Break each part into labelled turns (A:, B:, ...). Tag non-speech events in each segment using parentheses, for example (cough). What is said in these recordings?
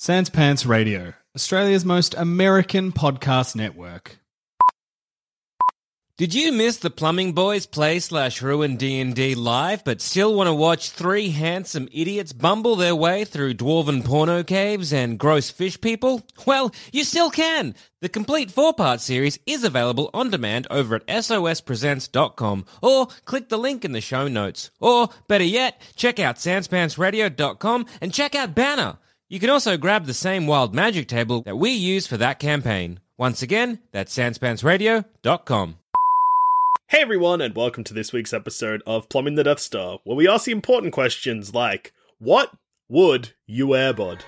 A: Sans Pants Radio, Australia's most American podcast network.
B: Did you miss the Plumbing Boys play slash ruin D&D live, but still want to watch three handsome idiots bumble their way through dwarven porno caves and gross fish people? Well, you still can! The complete four-part series is available on demand over at sospresents.com or click the link in the show notes. Or, better yet, check out sanspantsradio.com and check out Banner. You can also grab the same wild magic table that we use for that campaign. Once again, that's sanspantsradio.com.
C: Hey everyone, and welcome to this week's episode of Plumbing the Death Star, where we ask the important questions like What would you airbod?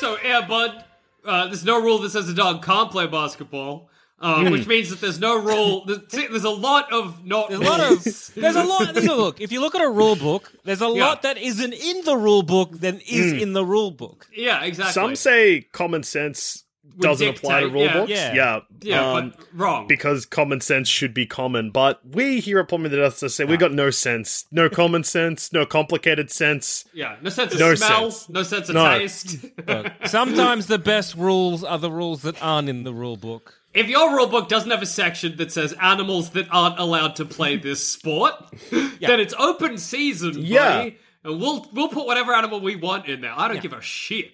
D: So, Airbud, uh, there's no rule that says the dog can't play basketball, um, which
C: Hmm.
D: means that there's no
C: (laughs)
D: rule. There's, see, there's a lot of not
B: There's a lot of
D: rules.
B: (laughs) there's a lot. there's a- look, if you look at a rule book, there's a lot that isn't in the rule book than is in the rule book.
D: yeah, exactly.
C: Some say common sense doesn't apply to
D: dictate, yeah,
C: rulebooks.
B: yeah.
D: yeah,
C: um,
D: but wrong.
C: because common sense should be common, but we here at Plumbing the Death Star say we got no sense, no common sense, no complicated sense.
D: yeah, no sense of
C: No
D: smell,
C: sense.
D: no sense of
C: No.
D: taste. (laughs)
B: Look, sometimes the best rules are the rules that aren't in the rule book.
D: if your rule book doesn't have a section that says animals that aren't allowed
C: (laughs)
D: to play this sport, then it's open season.
C: Yeah.
D: buddy, and we'll we'll put whatever animal we want in there. I don't give a shit.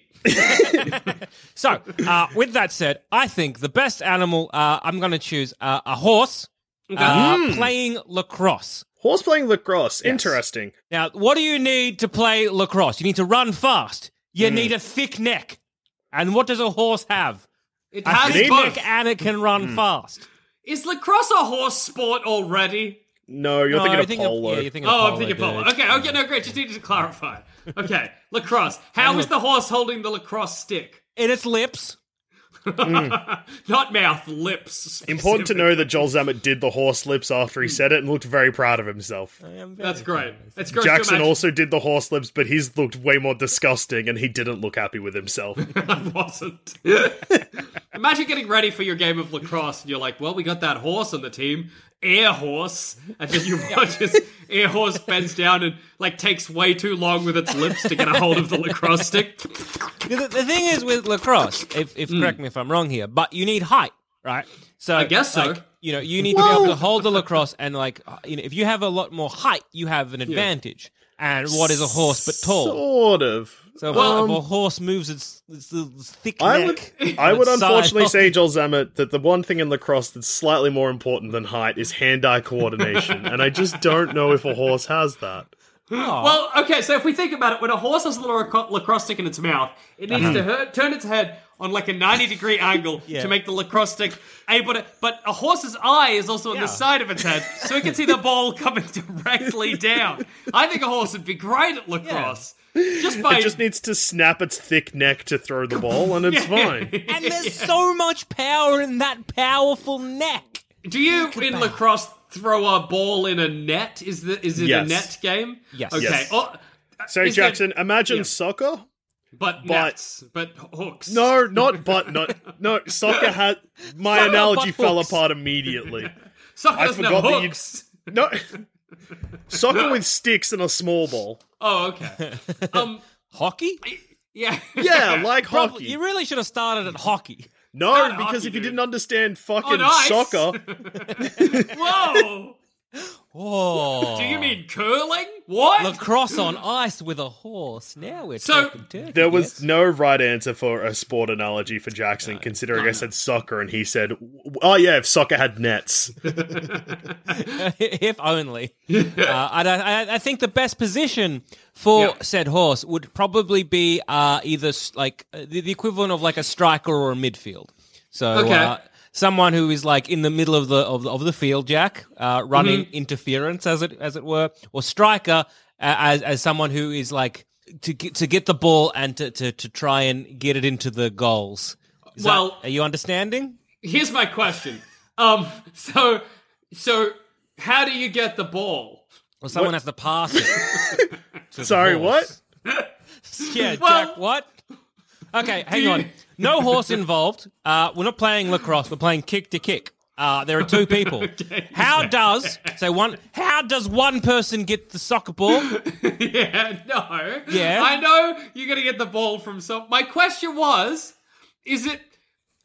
B: So, uh, with that said, I think the best animal uh, I'm going to choose uh, a horse uh, playing lacrosse.
C: Horse playing lacrosse, interesting.
B: Now, what do you need to play lacrosse? You need to run fast. You need a thick neck. And what does a horse have?
D: It
B: A
D: has
B: thick
D: both.
B: neck and it can run fast.
D: Is lacrosse a horse sport already?
C: No, you're thinking
B: Uh, I
C: of
B: think
C: polo.
B: yeah, you're thinking
D: Oh,
B: of
D: I'm thinking polo.
B: dude.
D: Okay, okay, no, great. Just needed to clarify.
C: (laughs)
D: Okay, lacrosse. How is the horse holding the lacrosse stick?
B: And its lips.
D: (laughs) Not mouth, lips.
C: Mm. Important to know that Joel Zammett did the horse lips after he said it and looked very proud of himself.
D: That's great. That's great.
C: Jackson
D: to imagine.
C: also did the horse lips, but his looked way more disgusting and he didn't look happy with himself.
D: I wasn't. (laughs) imagine getting ready for your game of lacrosse, and you're like, "Well, we got that horse on the team, air horse," and
C: (laughs)
D: then you (laughs) watch as air horse bends down and like takes way too long with its lips to get a hold of the lacrosse stick.
B: The, the thing is with lacrosse, if, if correct me if I'm wrong here, but you need height, right? So
D: Mm. I guess so.
B: like, you know, you need to be able to hold the lacrosse, and like, uh, you know, if you have a lot more height, you have an advantage. And what is a horse but tall?
C: (laughs) Sort of.
B: So if,
D: Well, um,
B: a, if a horse moves its, its, its thick
C: I would,
B: neck, (laughs)
C: I would
B: its side
C: unfortunately
B: off-
C: say, Joel Zammett, that the one thing in lacrosse that's slightly more important than height is hand-eye coordination, and I just don't know if a horse has that.
D: Well,
C: Oh.
D: okay, so if we think about it, when a horse has a little lac- lacrosse stick in its mouth, it
C: Uh-huh.
D: needs to hurt, turn its head on like a
C: (laughs)
D: 90 degree angle to make the lacrosse stick able to. But a horse's eye is also on the side of its head, so it can see the ball (laughs) coming
C: (laughs)
D: directly down. I think a horse would be great at lacrosse. Just by.
C: It just
D: (laughs)
C: needs to snap its thick neck to throw the ball,
B: (laughs)
C: and it's fine.
D: (laughs)
B: and there's so much power in that powerful neck.
D: do you, in lacrosse, throw a ball in a net? Is, the, is it
C: Yes.
D: a net game?
B: Yes.
D: Okay.
C: Yes.
D: Oh,
C: So,
D: Is there-
C: Jackson, imagine soccer.
D: but, nets, but hooks.
C: No, not but not no.
B: (laughs)
C: Soccer had my
B: Soccer
C: analogy
B: butt
C: fell
B: hooks. (laughs)
C: apart immediately.
D: Soccer
C: I
D: doesn't
C: forgot
D: have
C: that you'd-
D: hooks.
C: No, soccer with sticks and a small ball. (laughs)
D: Oh, okay. Um,
B: Hockey?
D: Yeah.
C: Yeah, like
B: Prob-
C: hockey.
B: You really should have started at hockey. Oh,
C: no,
D: Not
C: because
D: hockey,
C: if you
D: dude.
C: didn't understand fucking
D: On ice.
C: soccer,
B: (laughs)
D: Whoa.
B: Oh,
D: (laughs) Do you mean curling? What?
B: lacrosse on ice with a horse? Now we're
D: So-
B: talking turkey.
C: there was
B: yes.
C: no right answer for a sport analogy for Jackson, considering I said soccer and he said, oh yeah, if soccer
B: (laughs)
C: had nets.
B: if only.
D: (laughs)
B: uh, I, don't- I, I think the best position for
D: Yeah.
B: said horse would probably be uh, either s- like uh, the, the equivalent of like a striker or a midfield. So
D: Okay.
B: uh, someone who is like in the middle of the of the, of the field, Jack, uh, running
D: Mm-hmm.
B: interference as it as it were, or striker uh, as as someone who is like to get, to get the ball and to, to to try and get it into the goals. Is that-
D: Well-
B: are you understanding?
D: Here's my question. Um. So, so how do you get the ball? (laughs)
B: Or someone has to pass it. to the
C: Sorry,
B: horse.
C: what? (laughs)
B: Yeah,
D: Well-
B: Jack, what? Okay, hang
D: you-
B: on. No horse involved. Uh, we're not playing lacrosse. We're playing kick to kick. Uh, there are two
C: (laughs)
B: people. How does so one? How does one person get the soccer
C: (laughs)
B: ball?
D: yeah. No.
B: Yeah.
D: I know you're gonna get the ball from some. My question was, is it?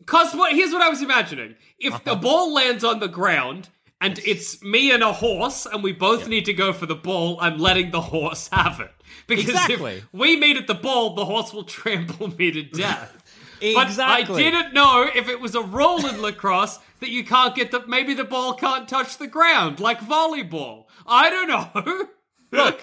D: Cause what? Here's what I was imagining. If
B: Uh-huh.
D: the ball lands on the ground. And it's me and a horse, and we both need to go for the ball. I'm letting the horse have it (laughs) because
B: Exactly.
D: if we meet at the ball, the horse will trample me to death. But
B: exactly.
D: I didn't know if it was a rule in lacrosse (laughs) that you can't get the maybe the ball can't touch the ground like volleyball. I don't know. (laughs) Look.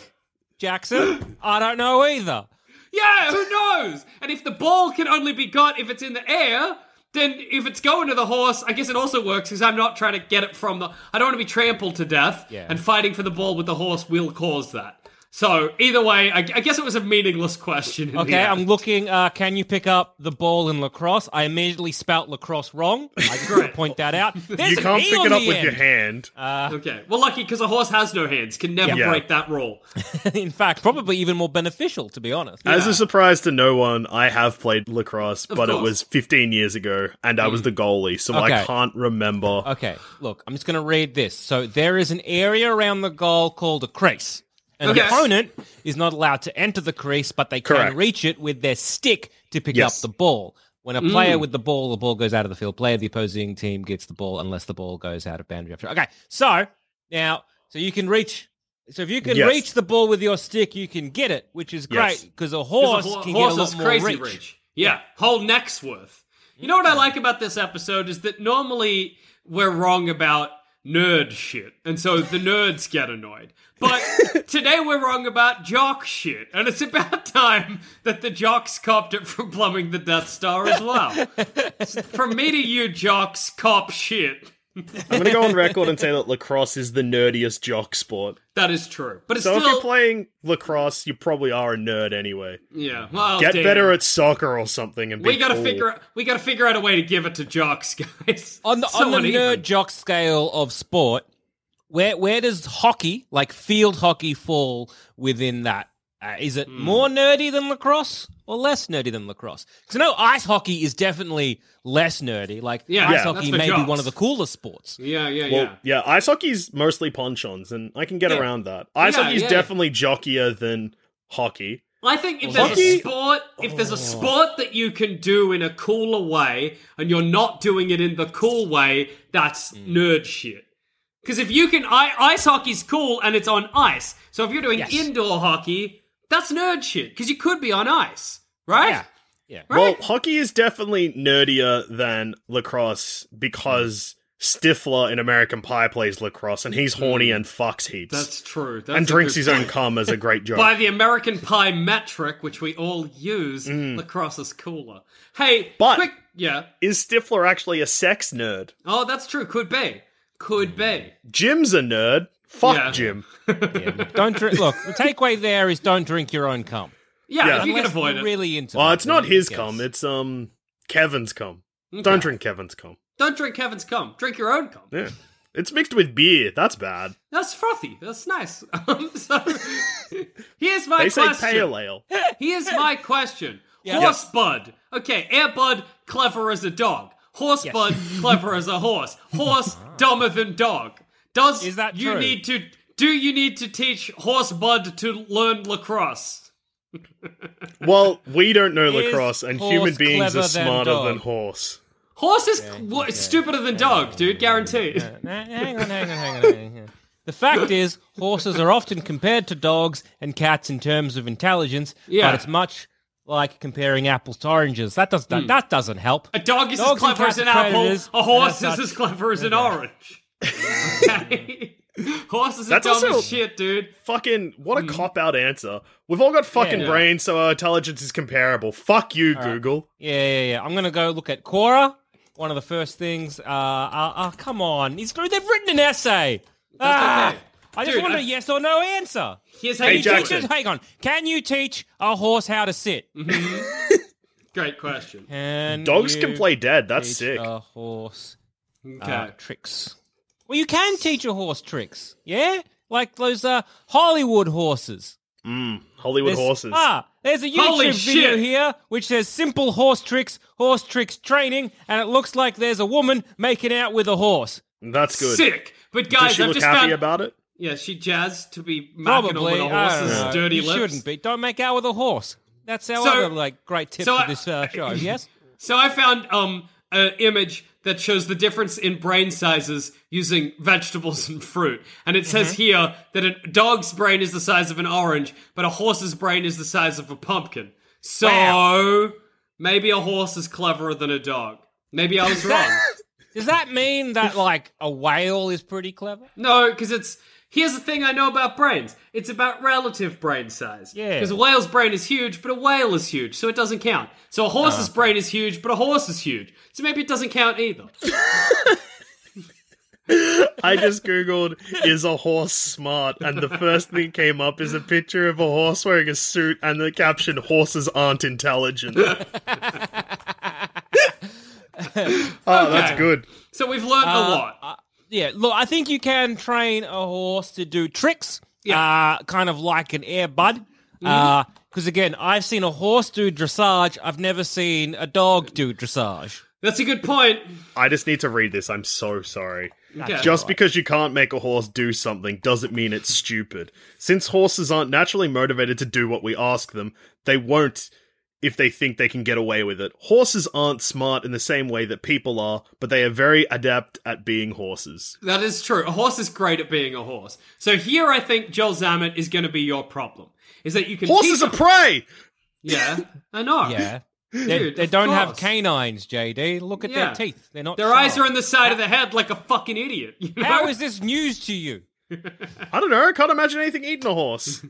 B: Jackson. I don't know either.
D: Yeah, who knows? And if the ball can only be got if it's in the air, then if it's going to the horse, I guess it also works because I'm not trying to get it from the. I don't want to be trampled to death,
B: Yeah.
D: and fighting for the ball with the horse will cause that. So either way, I, I guess it was a meaningless question. in the
B: Okay,
D: end.
B: I'm looking. Uh, can you pick up the ball in lacrosse? I immediately spout lacrosse wrong. I just want to point that
C: (laughs)
B: out. There's
C: You
B: an Uh,
C: can't
B: E
C: pick
B: on
C: it up
B: the
C: with
B: end.
C: your hand.
D: Okay, well, lucky because a horse has no hands, can never
C: Yeah.
D: break that rule.
B: (laughs) In fact, probably even more beneficial, to be honest.
C: As a surprise to no one, I have played lacrosse, but it
D: course.
C: was 15 years ago, and I was the goalie, so
B: Mm. Okay.
C: I can't remember.
B: Okay, look, I'm just going to read this. So there is an area around the goal called a crease. An
D: Okay.
B: opponent is not allowed to enter the crease, but they
C: Correct.
B: can reach it with their stick to pick
C: Yes. Mm.
B: up the ball. When a player with the ball, the ball goes out of the field. Player of the opposing team gets the ball unless the ball goes out of boundary. after- Okay, so now, so you can reach. So if you can
C: Yes.
B: reach the ball with your stick, you can get it, which is great
C: Yes.
B: because a
D: 'Cause
B: horse
D: a hor-
B: can
D: horse
B: get a
D: is
B: lot more
D: crazy
B: reach.
D: Yeah, whole neck's worth. You know what I like about this episode is that normally we're wrong about nerd shit, and so the nerds get annoyed. But today we're wrong about jock shit, and it's about (laughs) time that the jocks copped it from plumbing the Death Star as well. from me to you, jocks, cop shit.
C: I'm gonna
B: (laughs)
C: go on record and say that lacrosse is the nerdiest jock sport.
D: That is true, but it's
C: So if
D: still
C: you're playing lacrosse, you probably are a nerd anyway.
D: yeah. Well,
C: Get
D: Oh, damn.
C: better at soccer or something, and be
D: We gotta
C: cool.
D: figure out. We gotta figure out a way to give it to jocks, (laughs) guys.
B: on the,
D: It's
B: on
D: so
B: the
D: uneven.
B: nerd jock scale of sport, where where does hockey, like field hockey, fall within that? Uh, is it
D: Hmm.
B: more nerdy than lacrosse or less nerdy than lacrosse? Because I know ice hockey is definitely less nerdy. Like
D: Yeah,
B: ice
C: Yeah.
B: hockey
D: that's for
B: may be
D: jocks.
B: one of the coolest sports.
D: Yeah, yeah,
C: Well,
D: yeah.
C: yeah. ice hockey's mostly ponchons, and I can get
B: Yeah.
C: around that. Ice
D: Yeah,
C: hockey's
D: yeah.
C: definitely jockier than hockey.
D: I think if
B: Well,
D: there's
C: hockey-
D: a sport, if there's a sport that you can do in a cooler way, and you're not doing it in the cool way, that's
C: Mm.
D: nerd shit. Because if you can, I, ice hockey's cool and it's on ice. So if you're doing
B: Yes.
D: indoor hockey, that's nerd shit. Because you could be on ice, right?
B: Yeah. Yeah.
C: Well,
D: Right?
C: hockey is definitely nerdier than lacrosse because Stifler in American Pie plays lacrosse, and he's horny and fucks heaps.
D: Hmm. that's true. That's
C: and
D: a
C: drinks
D: good
C: his own
D: point.
C: cum as a
D: (laughs)
C: great joke.
D: By the American Pie metric, which we all use, lacrosse is cooler. Hey,
C: Mm. But-
D: quick, yeah.
C: is Stifler actually a sex nerd?
D: Oh, that's true. Could be. Could be.
C: Mm. Jim's a nerd. Fuck
D: Yeah.
C: Jim.
B: Don't drink. Look, the takeaway there is don't drink your own cum.
D: Yeah,
C: Yeah.
D: if you can
B: Unless
D: avoid
B: you're
D: it.
B: Really into.
C: Well,
B: that,
C: it's not
B: then I
C: his
B: guess.
C: cum. It's um Kevin's cum. Don't drink Kevin's cum.
D: Don't drink Kevin's cum. Drink your own cum.
C: Yeah. It's mixed with beer. That's bad.
D: That's frothy. That's nice. (laughs) Um, so, here's my
C: They say
D: question.
B: (laughs)
C: pale ale.
D: Here's my question.
B: Yeah.
D: Horse bud. Okay, air bud, clever as a dog. Horse bud, clever as a horse. Horse,
C: (laughs) Ah.
D: dumber than dog. Does
B: Is that
D: you
B: true?
D: need to do you need to teach horse bud to learn lacrosse?
C: Well, we don't know
B: Is
C: lacrosse, and
B: horse
C: human beings
B: clever
C: are
B: than
C: smarter
B: dog?
C: than horse.
D: Horse is wa- stupider than dog, dude. Guaranteed.
B: Nah, hang on, hang on, hang on. hang on. The fact is, horses are often compared to dogs and cats in terms of intelligence,
D: Yeah.
B: but it's much like comparing apples to oranges. That does that, that doesn't help.
D: A dog is
B: Dogs
D: as
B: and
D: clever as an
B: cats are
D: apple.
B: predators,
D: A horse
B: and
D: is
B: as
D: as
B: such-
D: clever as an orange. (laughs) Okay. Horses are
C: That's
D: dumb
C: also-
D: as shit, dude.
C: Fucking, what a cop out answer. We've all got fucking
B: Hmm. Yeah.
C: brains, so our intelligence is comparable. Fuck you, Google.
B: Yeah, yeah, yeah. I'm gonna go look at Quora. One of the first things. Uh, uh, uh come on, he's they've written an essay. ah,
D: okay.
B: I just
D: Dude,
B: want a
D: I-
B: yes or no answer.
D: Here's how
C: Hey,
D: you do
C: Jackson.
D: it.
B: Just hang on. Can you teach a horse how to sit?
D: Great question.
B: Can
C: Dogs
B: you
C: can play dead. That's
B: teach
C: sick.
B: A horse
D: Okay.
B: uh, tricks. Well, you can teach a horse tricks, yeah, like those uh, Hollywood horses.
C: Hollywood
B: There's-
C: horses.
B: Ah, there's a
D: Holy
B: YouTube video
D: shit.
B: here which says "simple horse tricks, horse tricks training," and it looks like there's a woman making out with a horse.
C: That's good.
D: Sick. But
C: Does
D: guys,
C: she
D: I've
C: look
D: just
C: happy
D: found.
C: about it?
D: yeah, she jazzed to be macking on
B: Probably,
D: with a
B: I don't
D: horse's
B: know.
D: dirty
B: you
D: lips.
B: shouldn't be. Don't make out with a horse. That's our
D: So-
B: other like great tip
D: so
B: for
D: I-
B: this uh,
D: (laughs)
B: show. Yes.
D: So I found um an image that shows the difference in brain sizes using vegetables and fruit. And it says
B: Mm-hmm.
D: here that a dog's brain is the size of an orange, but a horse's brain is the size of a pumpkin. So
B: Wow.
D: maybe a horse is cleverer than a dog. Maybe I was wrong.
B: (laughs) Does that mean that like a whale is pretty clever?
D: No, because it's here's the thing I know about brains. It's about relative brain size.
B: Yeah.
D: Because a whale's brain is huge, but a whale is huge, so it doesn't count. So a
B: Uh-huh.
D: horse's brain is huge, but a horse is huge, so maybe it doesn't count either.
C: I just googled is a horse smart, and the first thing came up is a picture of a horse wearing a suit and the caption "horses aren't intelligent." oh, that's good.
D: So we've learned
B: Uh,
D: a lot.
B: Yeah, look, I think you can train a horse to do tricks, uh, kind of like an air bud.
D: Mm-hmm.
B: Because again, I've seen a horse do dressage. I've never seen a dog do dressage.
D: That's a good point.
C: I just need to read this. I'm so sorry.
D: Okay.
C: Just because you can't make a horse do something doesn't mean it's stupid. Since horses aren't naturally motivated to do what we ask them, they won't if they think they can get away with it. Horses aren't smart in the same way that people are, but they are very adept at being horses.
D: That is true. A horse is great at being a horse. So here I think Joel Zammit is going to be your problem. Is that you can
C: Horses
D: teach
C: are prey!
D: Yeah, I
B: (laughs)
D: know.
B: Yeah. They,
D: Uh, (laughs) Dude,
B: they
D: of
B: don't have
D: course.
B: canines, JD. Look at
D: Yeah.
B: their teeth. They're not.
D: Their
B: sharp.
D: eyes are in the side of the head like a fucking idiot. (laughs) You know?
B: How is this news to you?
C: I don't know, I can't imagine anything eating a
D: (laughs)
C: horse.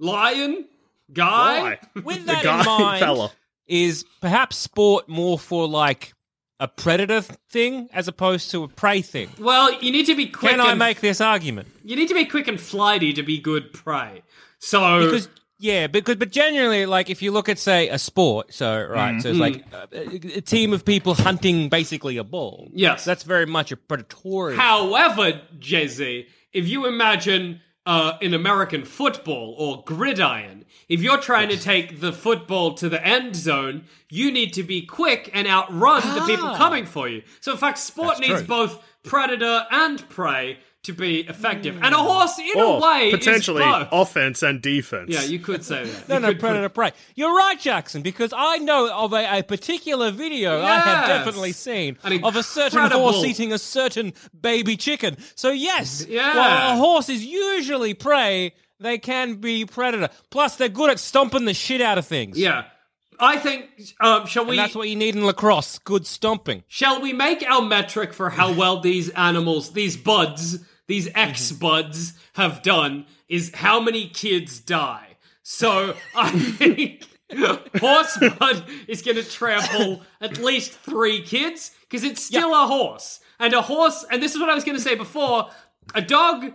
D: lion guy? (laughs)
C: Why?
B: With
C: The
B: that
C: guy (laughs)
B: in mind,
C: fella.
B: is perhaps sport more for like a predator thing as opposed to a prey thing?
D: Well, you need to be quick.
B: Can I
D: and,
B: make this argument?
D: You need to be quick and flighty to be good prey. So
B: because yeah because but generally like if you look at say a sport so right so
D: Mm-hmm.
B: it's like uh, a, a team of people hunting basically a ball
D: Yes.
B: that's very much a predatory
D: However, Jay Z, if you imagine uh, in American football or gridiron, if you're trying to take the football to the end zone, you need to be quick and outrun the people coming for you. So, in fact, sport needs
B: Ah. true.
D: both predator and prey to be effective. And
B: Hmm.
D: a horse, in a
C: Or
D: way,
C: potentially
D: is both.
C: offense and defense.
D: yeah, you could say that.
B: no,
D: You
B: no,
D: could put-
B: predator prey. You're right, Jackson, because I know of a, a particular video I have
D: Yes.
B: definitely seen
D: An
B: of a certain
D: incredible-
B: horse eating a certain baby chicken. So, yes,
D: Yeah.
B: while a horse is usually prey, they can be predator. Plus, they're good at stomping the shit out of things.
D: Yeah. I think, um, shall we?
B: And that's what you need in lacrosse good stomping.
D: Shall we make our metric for
B: (laughs)
D: how well these animals, these buds, these
B: Mm-hmm.
D: ex buds have done is how many kids die? So
B: (laughs)
D: I think horse bud is going to trample at least three kids because it's still a horse. And a horse, and this is what I was going to say before a dog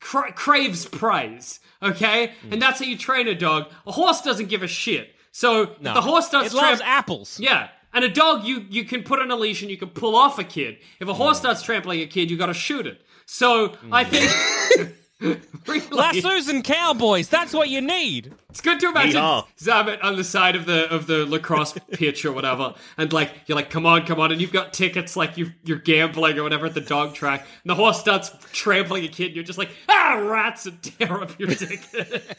D: cra- craves praise, okay?
B: Mm.
D: And that's how you train a dog. A horse doesn't give a shit. So if the horse starts
B: It loves
D: tram-
B: apples.
D: yeah. And a dog, you, you can put on a leash and you can pull off a kid. If a
B: Mm.
D: horse starts trampling a kid, you gotta shoot it. So I think
B: (laughs)
D: Really,
B: Lassos and cowboys, that's what you need.
D: it's good to imagine
C: Yeehaw.
D: Zamet on the side of the of the lacrosse pitch or whatever, and like you're like, come on, come on, and you've got tickets like you you're gambling or whatever at the dog track, and the horse starts trampling a kid, and you're just like, ah, rats, and tear up your ticket. (laughs)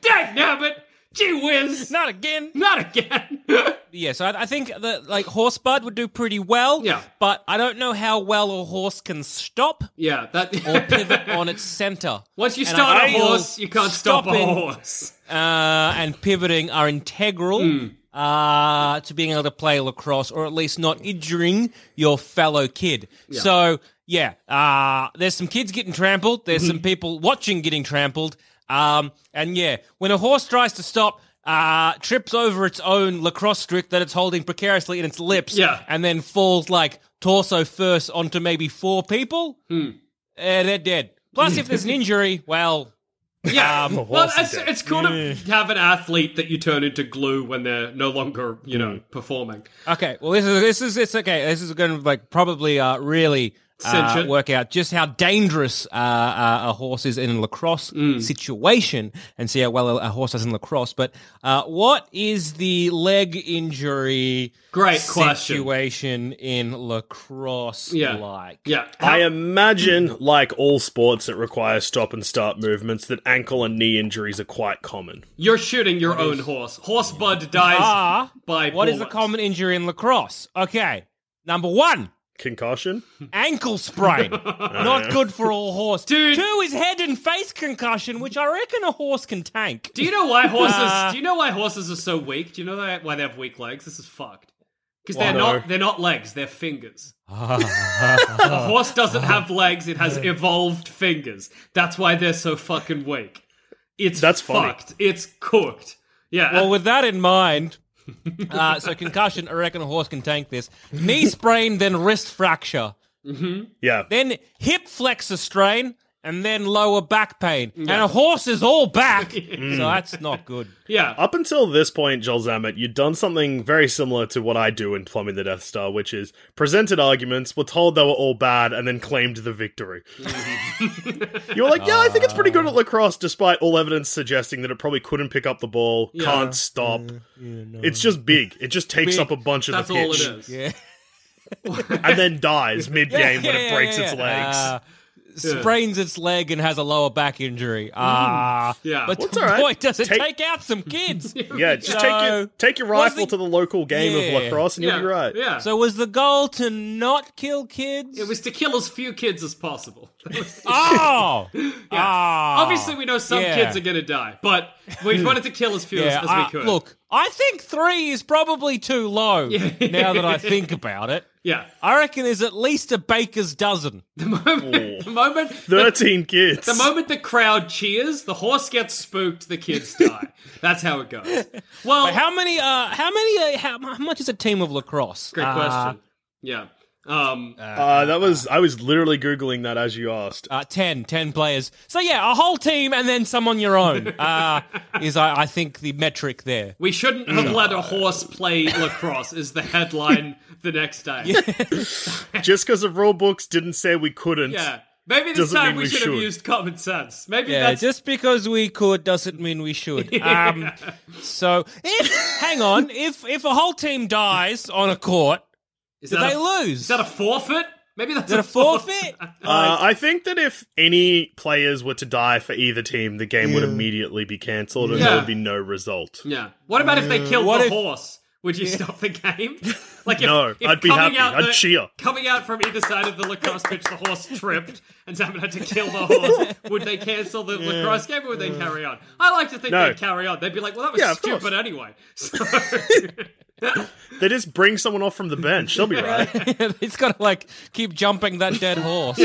D: Dang nabbit! Gee whiz!
B: Not again.
D: Not again. (laughs)
B: Yeah, so I, I think that like horse bud would do pretty well.
D: Yeah.
B: But I don't know how well a horse can stop
D: yeah, that.
B: or
D: (laughs)
B: pivot on its center.
D: Once you
B: And
D: start
B: I
D: a
B: feel
D: horse, you can't stop a
B: stopping,
D: horse.
B: Uh, and pivoting are integral uh, to being able to play lacrosse, or at least not injuring your fellow kid. So yeah, uh, there's some kids getting trampled. There's some people watching getting trampled. Um, and yeah, when a horse tries to stop. Uh, trips over its own lacrosse stick that it's holding precariously in its lips,
D: Yeah.
B: and then falls like torso first onto maybe four people. Eh, they're dead. Plus, if there's an injury, well,
D: Yeah,
B: Um,
D: well,
C: horse
D: it's,
C: is dead.
D: it's cool to have an athlete that you turn into glue when they're no longer, you know, performing.
B: Okay, well this is this is it's okay. This is going to like probably uh, really uh,
D: Sentient.
B: work out just how dangerous uh, uh, a horse is in a lacrosse
D: Mm.
B: situation, and see how well a, a horse does in lacrosse. But uh, what is the leg injury
D: Great question.
B: situation in lacrosse
D: Yeah.
B: like?
D: Yeah,
C: I imagine, like all sports that require stop and start movements, that ankle and knee injuries are quite common.
D: you're shooting your own horse. Horse bud dies
B: Ah,
D: by
B: What is the
D: bullets.
B: common injury in lacrosse? Okay, number one.
C: Concussion?
B: ankle sprain.
C: (laughs)
B: Not good for a horse.
D: Dude.
B: Two is head and face concussion, which I reckon a horse can tank.
D: Do you know why horses? do you know why horses are so weak? Do you know that, why they have weak legs? This is fucked. Because they're
C: Why?
D: not they're not legs. They're (laughs) fingers. a horse doesn't have legs. It has evolved fingers. That's why they're so fucking weak. It's
C: That's funny.
D: fucked. It's cooked. Yeah.
B: Well, with that in mind, uh, so concussion, I reckon a horse can tank this. Knee sprain, then wrist fracture,
C: Yeah.
B: then hip flexor strain, and then lower back pain. And a horse is all back,
C: (laughs) Mm.
B: so that's not good.
D: yeah.
C: Up until this point, Joel Zammett, you'd done something very similar to what I do in Plumbing the Death Star, which is presented arguments, were told they were all bad, and then claimed the
D: (laughs)
C: victory. you were like, yeah, I think it's pretty good
D: Ah.
C: at lacrosse, despite all evidence suggesting that it probably couldn't pick up the ball, can't stop. It's just big. It just takes
B: Big.
C: up a bunch of
D: That's
C: the
D: all
C: pitch.
D: it is.
B: Yeah.
C: and then dies mid game when
B: Yeah,
C: it
B: yeah,
C: breaks
B: yeah,
C: its
B: yeah.
C: legs.
B: Uh, Sprains its leg and has a lower back injury. Ah,
D: Yeah.
B: but
D: Well,
C: Mm. it's all right.
B: boy, does it
C: Take-
B: take out some kids.
C: (laughs) yeah, just
B: So-
C: take your take your
B: Was
C: rifle
B: the-
C: to the local game
B: Yeah.
C: of lacrosse, and
D: yeah.
C: you'll be right.
D: Yeah.
B: So was the goal to not kill kids?
D: it was to kill as few kids
B: (laughs)
D: as possible.
B: Oh, Ah.
D: (laughs) Obviously, we know some
B: Yeah. Hmm.
D: kids are gonna die, but we wanted to kill as few
B: Yeah,
D: as, as
B: I-
D: we could.
B: look, I think three is probably too
D: (laughs)
B: low. Now that I think about it,
D: Yeah.
B: I reckon there's at least a baker's dozen.
D: the moment
C: Thirteen kids.
D: The moment the crowd cheers, the horse gets spooked, the kids die.
B: (laughs)
D: That's how it goes. Well,
B: But how many? Uh, how many? Uh, how, how much is a team of lacrosse?
D: great
B: Uh,
D: question. Yeah. Um,
C: uh, that was I was literally googling that as you asked.
B: Uh, 10, 10 players. So yeah, a whole team and then some on your
D: (laughs)
B: own uh, is, I, I think, the metric there.
D: we shouldn't have let a horse play lacrosse is
B: (laughs)
D: the headline the next day.
C: Just because the rule books didn't say we couldn't.
D: Yeah. Maybe this
C: Doesn't
D: time
C: mean
D: we
C: we
D: should, have
C: should.
D: used common sense. Maybe
B: Yeah,
D: that's
B: just because we could doesn't mean we
D: (laughs)
B: should. Um, so if hang on, if if a whole team dies on a court,
D: is
B: do
D: that
B: they
D: a,
B: lose?
D: Is that a forfeit? Maybe that's
B: Is that a
D: (laughs)
B: forfeit? (laughs)
C: Uh, I think that if any players were to die for either team, the game would immediately be cancelled and
D: Yeah.
C: there would be no result.
D: Yeah. What about if they killed
B: What
D: the
B: if-
D: horse? Would you stop
C: (laughs)
D: the game? Like if,
C: No,
D: if
C: I'd be
D: coming
C: happy.
D: out
C: I'd
D: the-
C: cheer.
D: Coming out from either side of the lacrosse pitch, the horse tripped, and someone had to kill the horse. would they cancel the lacrosse game, or would they carry on? I like to think
C: No.
D: they'd carry on. They'd be like, "Well, that was
C: Yeah, of
D: stupid
C: course.
D: anyway." (laughs) So,
C: They just bring someone off from the bench. They'll be right.
B: it's got to like keep jumping that dead
D: (laughs)
B: horse.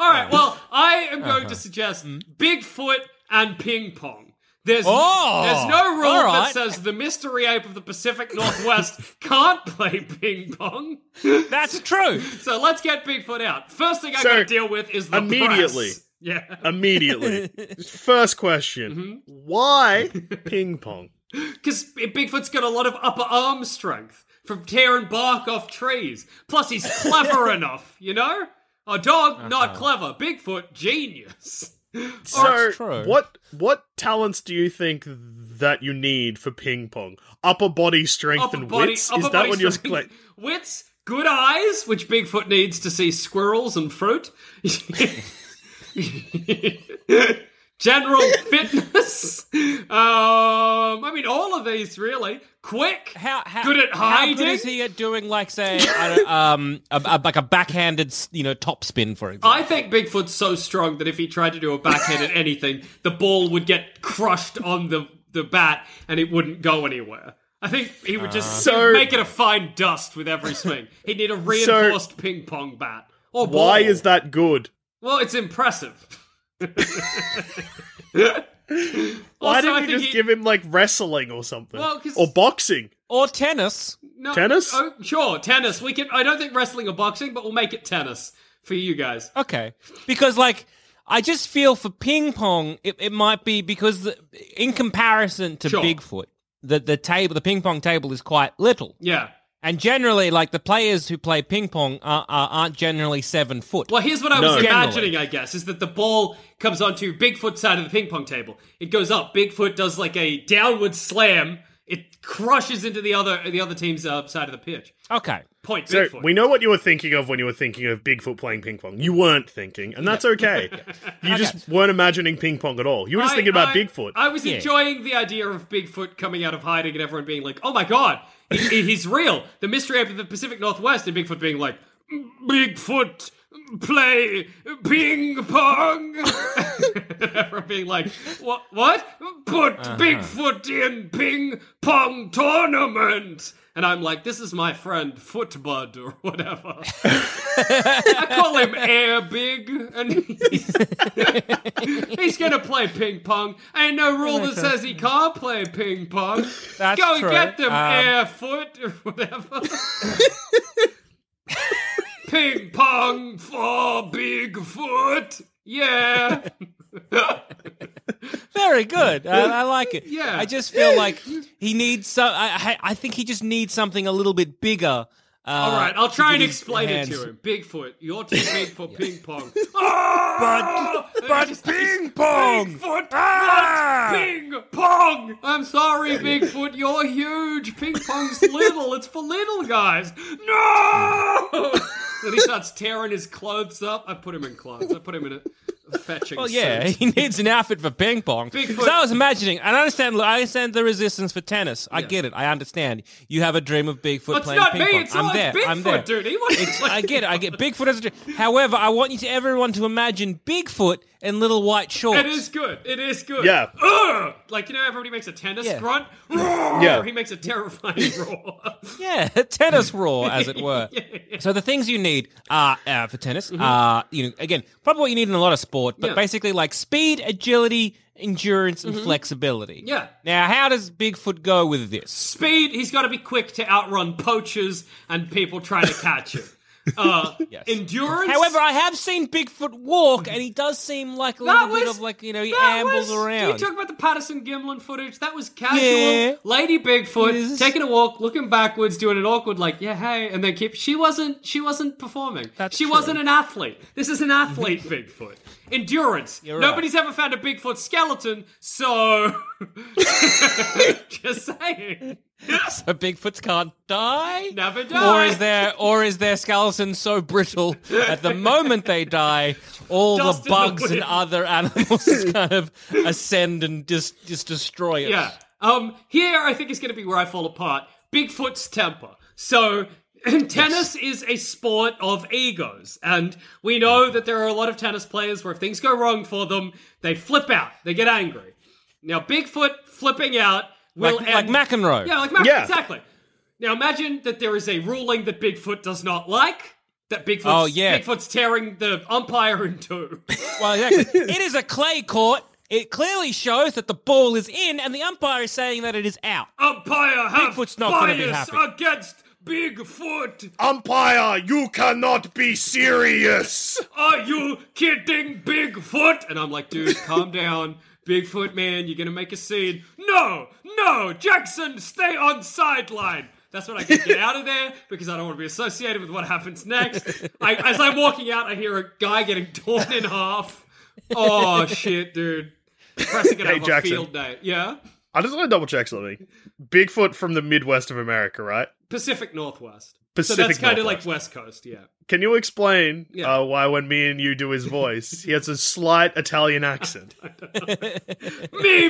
D: all right. Well, I am going
C: Uh-huh.
D: to suggest Bigfoot and ping pong. There's,
B: Oh,
D: there's no rule
B: all
D: that
B: right.
D: says the mystery ape of the Pacific Northwest (laughs) can't play ping pong.
B: That's true.
D: So let's get Bigfoot out. First thing I
C: So,
D: got to deal with is the
C: immediately.
D: press. (laughs) Yeah,
C: Immediately. First question Why ping pong?
D: because Bigfoot's got a lot of upper arm strength from tearing bark off trees.
C: (laughs)
D: Plus, he's clever enough, you know. A dog not clever.
C: (laughs)
D: Bigfoot genius.
C: So,
B: true.
C: what what talents do you think that you need for ping pong? Upper body strength
D: Upper
C: and
D: body,
C: wits?
D: upper
C: Is that
D: body
C: when you're
D: strength.
C: like,
D: Wits, good eyes, which Bigfoot needs to see squirrels and fruit. (laughs) general
C: (laughs)
D: fitness. Um, I mean, all of these really quick.
B: How, how
D: good at hiding?
B: How good is he at doing like say I don't- um a, a- like a backhanded you know topspin for example?
D: I think Bigfoot's so strong that if he tried to do a backhand at anything, the ball would get crushed on the, the bat and it wouldn't go anywhere. I think he would just he would
C: So-
D: make it a fine dust
C: (laughs)
D: with every swing. He'd need a reinforced ping pong bat. Or ball.
C: Why is that good?
D: Well, it's impressive.
C: Why
D: Also, I
C: didn't you
D: think
C: just
D: he-
C: give him like wrestling or something?
D: Well, 'cause-
C: or boxing?
B: or tennis?
D: No,
C: Tennis?
D: Oh, sure, tennis. We can. I don't think wrestling or boxing, but we'll make it tennis for you guys.
B: Okay, because like I just feel for ping pong, it, it might be because the, in comparison to
D: Sure.
B: Bigfoot, the the table, the ping pong table is quite little,
D: Yeah.
B: and generally like the players who play ping pong are, are, aren't generally seven foot.
D: Well, here's what I was
B: No.
D: imagining. I guess is that the ball comes onto Bigfoot's side of the ping pong table. It goes up. Bigfoot does like a downward slam. It crushes into the other the other team's uh, side of the pitch.
B: Okay,
D: Point
C: So
D: Bigfoot.
C: we know what you were thinking of when you were thinking of Bigfoot playing ping pong. You weren't thinking, and that's
D: (laughs)
C: okay. You just weren't imagining ping pong at all. You were just
D: I-
C: thinking about
D: I-
C: Bigfoot.
D: I was
B: Yeah.
D: enjoying the idea of Bigfoot coming out of hiding and everyone being like, "Oh my god, he- he- he's real!" The mystery of the Pacific Northwest and Bigfoot being like, "Bigfoot play ping pong," (laughs) everyone being like, "What? What? Put Bigfoot in ping pong tournament." And I'm like, this is my friend Footbud or whatever. I call him Air Big, and he's, (laughs) he's gonna play ping pong. Ain't no rule that says he can't play ping pong.
B: That's
D: Go
B: true.
D: get them,
B: Um,
D: Air Foot or whatever. (laughs) ping pong for Bigfoot.
B: (laughs)
D: Yeah.
B: Very good. I, I like it.
D: Yeah.
B: I just feel like he needs so. I, I I think he just needs something a little bit bigger. Uh,
D: All right, I'll
B: to
D: try
B: get
D: and
B: his
D: explain it
B: hands-
D: to him. Bigfoot, you're too big
B: (laughs)
D: for ping pong. but but ping
B: pong!
D: Ah!
B: Ah!
D: Bigfoot, not ping pong. I'm sorry, Bigfoot, you're huge. Ping
B: (laughs)
D: pong's little. It's for little guys.
B: (laughs)
D: No. then he starts tearing his clothes up. I put him in clothes. I put him in a fetching.
B: Well, yeah, (laughs)
D: suit.
B: he needs an outfit for ping pong.
D: Bigfoot-
B: Because I was imagining, and I understand. I understand the resistance for tennis. I
D: Yeah.
B: get it. I understand. You have a dream of Bigfoot
D: But it's
B: playing
D: not
B: ping
D: me,
B: pong.
D: it's
B: I'm
D: not-
B: there.
D: it's
B: I'm
D: Bigfoot,
B: there.
D: dude. He wants to
B: It's-
D: play (laughs)
B: I get it. I
D: ping
B: get Bigfoot as a dream. However, I want you to everyone to imagine Bigfoot in little white shorts.
D: It is good. It is good.
C: Yeah.
D: Ugh! Like you know, everybody makes a tennis
B: Yeah.
D: grunt. Roar!
C: Yeah.
D: He makes a terrifying (laughs) roar.
B: (laughs) Yeah, tennis roar, as it
D: (laughs)
B: were. So the things you need are uh, for tennis. Uh, you know, again, probably what you need in a lot of sport, but
D: Mm-hmm. Yeah. Mm-hmm.
B: basically like speed, agility, endurance, and flexibility.
D: Yeah.
B: Now, how does Bigfoot go with this?
D: Speed. He's got to be quick to outrun poachers and people trying to catch him.
B: (laughs)
D: Uh, Endurance.
B: However, I have seen Bigfoot walk, and he does seem like a
D: that
B: little
D: was
B: bit of like you know he
D: that
B: ambles
D: was-
B: around.
D: You talk about the Patterson Gimlin footage. That was casual.
B: Yeah.
D: Lady Bigfoot
B: Yes.
D: taking a walk, looking backwards, doing an awkward like yeah hey, and then keep. She wasn't. She wasn't performing.
B: That's
D: she
B: true.
D: wasn't an athlete. This is
B: (laughs)
D: an athlete Bigfoot. Endurance.
B: You're right.
D: Nobody's ever found a Bigfoot skeleton,
B: (laughs)
D: so (laughs) just saying.
B: so Bigfoots can't die.
D: Never
B: Or
D: die.
B: is their or is their skeleton so brittle at the moment they die, all
D: Dust in
B: the
D: the
B: bugs and
D: wind.
B: other animals (laughs) kind of ascend and just just destroy it.
D: Yeah. Um, here I think is going to be where I fall apart. Bigfoot's temper. So (clears throat) tennis is a sport of egos, and we know that there are a lot of tennis players where if things go wrong for them, they flip out, they get angry. Now Bigfoot flipping out will
B: Like- like
D: end-
B: McEnroe.
D: Yeah, like McEnroe.
C: Yeah.
D: Exactly. Now imagine that there is a ruling that Bigfoot does not like. That Bigfoot's,
B: Oh, yeah.
D: Bigfoot's tearing the umpire
B: (laughs)
D: in two.
B: Well, exactly. it is a clay court. It clearly shows that the ball is in, and the umpire is saying that it is out.
D: umpire have
B: Bigfoot's not gonna be
D: bias
B: happy.
D: against Bigfoot.
C: Umpire, you cannot be serious.
D: Are you kidding, Bigfoot? And I'm like, dude, calm down. Bigfoot, man, you're gonna make a scene. No, no, Jackson, stay on sideline. That's what I can get out of there because I don't want to be associated with what happens next. I, as I'm walking out, I hear a guy getting torn in half. Oh shit, dude! Pressing it
C: Hey,
D: over
C: Jackson.
D: field day. Yeah.
C: I just want to double check something. Bigfoot from the Midwest of America, right?
D: Pacific Northwest. so
C: Pacific
D: that's kind of like
C: Northwest.
D: West Coast, yeah.
C: Can you explain
D: Yeah.
C: uh, why when me and you do his voice, he has a slight Italian
B: (laughs)
C: accent?
D: Me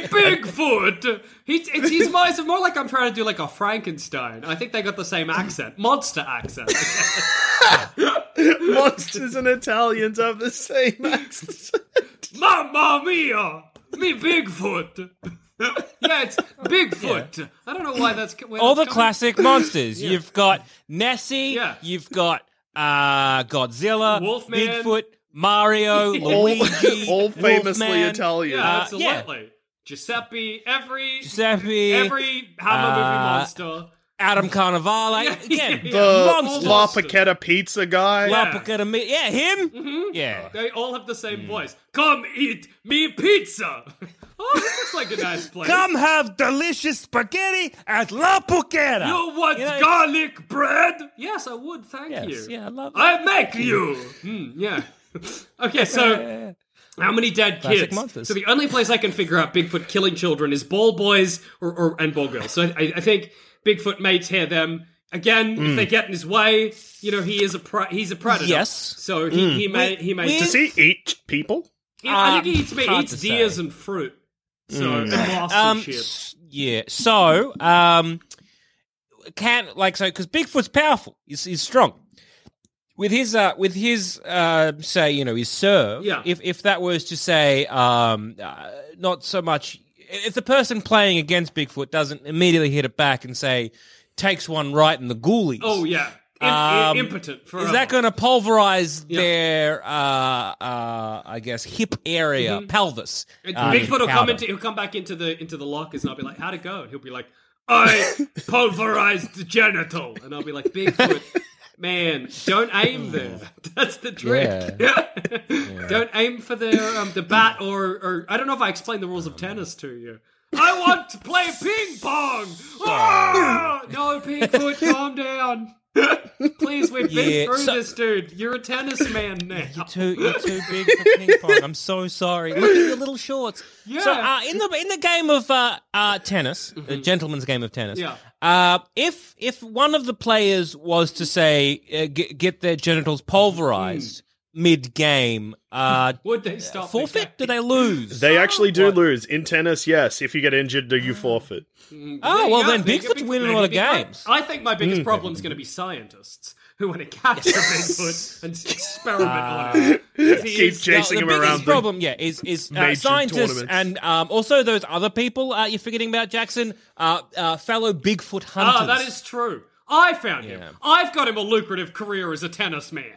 D: Bigfoot. He, it's he's more, it's more like I'm trying to do like a Frankenstein. I think they got the same accent, monster accent.
C: Monsters and Italians have
B: (laughs)
C: the same accent.
D: Mamma mia, me Bigfoot. yeah, it's Bigfoot. I don't know why that's where
B: All the
D: that's coming- (laughs)
B: classic monsters. You've got Nessie.
D: Yeah.
B: You've got uh, Godzilla.
D: Wolfman.
B: Bigfoot. Mario.
C: all,
D: (laughs)
B: Luigi.
C: all famously
B: Wolfman,
C: Italian.
D: Yeah,
B: Uh,
D: absolutely. Giuseppe, every
B: Giuseppe.
D: every Hammer
B: uh,
D: movie monster.
B: Adam Carnivale.
D: Yeah,
B: Again,
D: (laughs) yeah.
C: the
B: monsters.
C: La Paquetta pizza guy.
B: La Paquetta Mi- Yeah, him.
D: Mm-hmm.
B: Yeah.
D: They all have the
B: Hmm.
D: same voice. Come eat me pizza. (laughs) oh, this looks like a nice place.
B: Come have delicious spaghetti at La Paquetta.
D: You want
B: You know,
D: garlic bread? Yes, I would. Thank
B: Yes,
D: you.
B: yeah, I love
D: I make you. Hmm, yeah. okay, so how many dead
B: Classic
D: kids?
B: monsters.
D: So the only place I can figure out Bigfoot killing children is ball boys or, or and ball girls. So I, I think Bigfoot may tear them. Again, if they get in his way, you know he is a pre- he's a predator.
B: Yes.
D: So he, he may he may.
B: We-
C: Does he eat people?
D: I think he eats,
B: Um, hard
D: me, eats
B: to say.
D: deers and fruit. So and moss
B: um,
D: and shit.
B: s- yeah. So, um, can like so because Bigfoot's powerful. He's, he's strong. With his, uh, with his, uh, say, you know, his serve.
D: Yeah.
B: If if that was to say, um, uh, not so much. If the person playing against Bigfoot doesn't immediately hit it back and say, takes one right in the ghoulies.
D: Oh yeah, Im-
B: Um,
D: impotent. Forever.
B: Is that going to pulverize
D: Yeah.
B: their, uh, uh, I guess, hip area, pelvis?
D: And
B: uh,
D: Mm-hmm. Bigfoot will come
B: powder?
D: into he'll come back into the into the lockers and I'll be like, "How'd it go?" And he'll be like,
B: (laughs)
D: "I pulverized the genital," and I'll be like, "Bigfoot, man, don't
B: Hmm.
D: aim there. That's the trick. (laughs) don't aim for the um, the bat or or I don't know if I explained the rules of tennis to you." I want to play ping
B: (laughs)
D: pong. Ah! No, Bigfoot, calm down. Please, we've been
B: Yeah,
D: through
B: so-
D: this, dude. You're a tennis
B: (laughs)
D: man now.
B: too you're too big for ping pong. I'm so sorry. Look at your little shorts. So
D: Yeah.
B: uh, in the in the game of uh, uh, tennis, the gentleman's game of tennis.
D: Yeah.
B: Uh, if if one of the players was to say uh, get, get their genitals pulverized mid game, (laughs) uh,
D: Would they stop? the game?
B: forfeit? Do they lose?
C: They actually do lose. In tennis, yes. If you get injured, you forfeit.
B: oh
D: There
B: well,
D: you go.
B: then
D: There you go.
B: Bigfoot's winning
D: Maybe
B: a lot of
D: Bigfoot-
B: games.
D: I think my
C: Hmm.
D: biggest problem is going to be scientists who want
B: (laughs)
D: to capture Bigfoot and s- experiment
B: Ah.
D: on it. If he
C: Keep
D: is-
C: chasing
B: the
C: him
B: biggest
C: around. the-
B: problem, yeah, is is uh,
C: major
B: scientists
C: tournaments.
B: and um, also those other people uh, you're forgetting about, Jackson, uh, uh, fellow Bigfoot hunters.
D: Ah, that is true. I found him. I've got him a lucrative career as a tennis
B: (laughs)
D: man.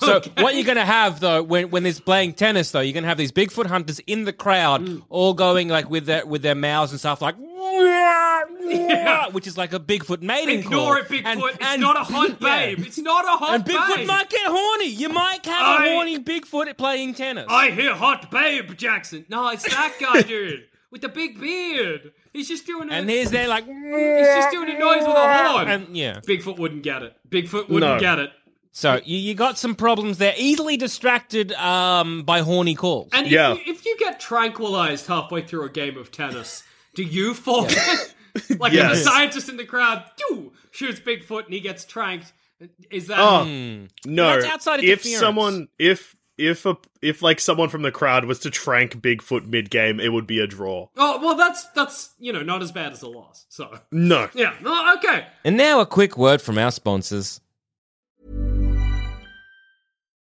B: So what you're going to have though, when when there's playing tennis though, you're going to have these Bigfoot hunters in the crowd,
D: Mm.
B: all going like with their with their mouths and stuff like, (laughs) which is like a Bigfoot mating call.
D: Ignore it, Bigfoot.
B: And-
D: it's
B: and-
D: not a hot
B: yeah.
D: babe. It's not a hot
B: And Bigfoot
D: babe.
B: might get horny. You might have a
D: I-
B: horny Bigfoot playing tennis.
D: I hear hot babe, Jackson. No, it's that guy, (laughs) dude, with the big beard. He's just doing it.
B: and he's there like,
D: he's just doing a noise with a
B: (laughs)
D: horn.
B: and yeah.
D: Bigfoot wouldn't get it. Bigfoot wouldn't
C: No.
D: get it.
B: So you, you got some problems there. Easily distracted um, by horny calls.
D: And
C: Yeah.
D: if, you, if you get tranquilized halfway through a game of tennis, do you forfeit?
C: (laughs)
D: like if
C: Yes.
D: a scientist in the crowd do, shoots Bigfoot and he gets tranked, is that
C: Oh, no.
B: Hmm. That's outside
C: if
B: interference.
C: someone, if if a, if like someone from the crowd was to trank Bigfoot mid game, it would be a draw.
D: Oh well that's that's you know not as bad as a loss. So
C: No.
D: yeah. Oh, okay.
B: And now a quick word from our sponsors.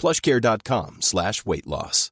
E: plushcare.com slash weight loss.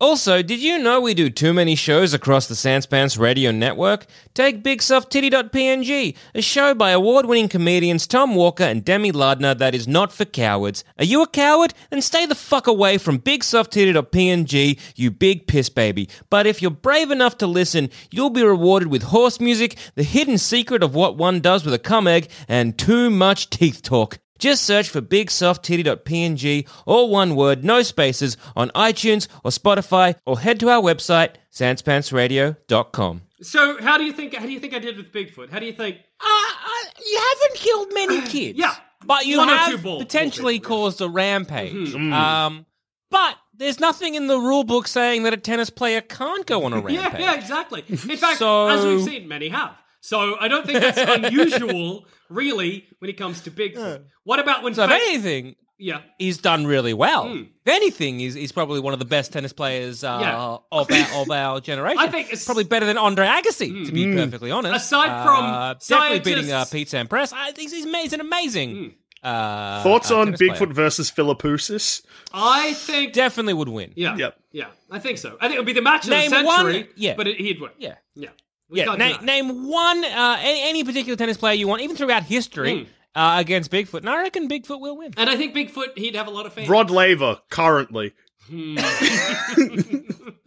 B: Also, did you know we do too many shows across the Sanspants radio network? Take Big Soft Titty.png, a show by award winning comedians Tom Walker and Demi Lardner that is not for cowards. Are you a coward? Then stay the fuck away from Big Soft Titty.png, you big piss baby. But if you're brave enough to listen, you'll be rewarded with horse music, the hidden secret of what one does with a cum egg, and too much teeth talk. Just search for bigsofttitty.png, all one word, no spaces, on iTunes or Spotify, or head to our website, sanspantsradio.com.
D: So how do you think? How do you think I did with Bigfoot? How do you think?
B: Uh, uh, you haven't killed
D: (clears throat)
B: many kids.
D: Yeah.
B: But you
D: One or two Mm-hmm.
B: have
D: ball-
B: potentially
D: ball
B: caused a rampage. Um, but there's nothing in the rule book saying that a tennis player can't go on a rampage.
D: (laughs) Yeah, yeah, exactly. In fact,
B: So-
D: as we've seen, many have. So I don't think
B: (laughs)
D: that's unusual, really, when it comes to Bigfoot. What about when?
B: So if
D: fa-
B: anything,
D: yeah,
B: he's done really well. If anything, he's, he's probably one of the best tennis players uh,
D: Hmm. Yeah.
B: of, our, of our generation.
D: (laughs) I think it's- Hmm.
B: probably better than Andre Agassi, to be perfectly honest.
D: Aside from
B: uh, definitely beating uh,
D: scientists- Hmm.
B: Pete Sampras, I think he's amazing, amazing. Uh,
C: Thoughts
B: uh,
C: on
B: tennis
C: Bigfoot
B: player.
C: versus Philippoussis?
D: I think.
B: Definitely would win.
D: yeah,
C: Yep.
D: yeah, I think so. I think it would be the match
B: Name
D: of the
B: one-
D: century.
B: yeah.
D: but it, he'd win.
B: Yeah.
D: yeah. We
B: Yeah,
D: can't
B: na-
D: deny it.
B: name one uh, any, any particular tennis player you want, even throughout history,
D: Hmm.
B: uh, against Bigfoot, and I reckon Bigfoot will win.
D: And I think Bigfoot, he'd have a lot of fans.
C: Rod Laver, currently.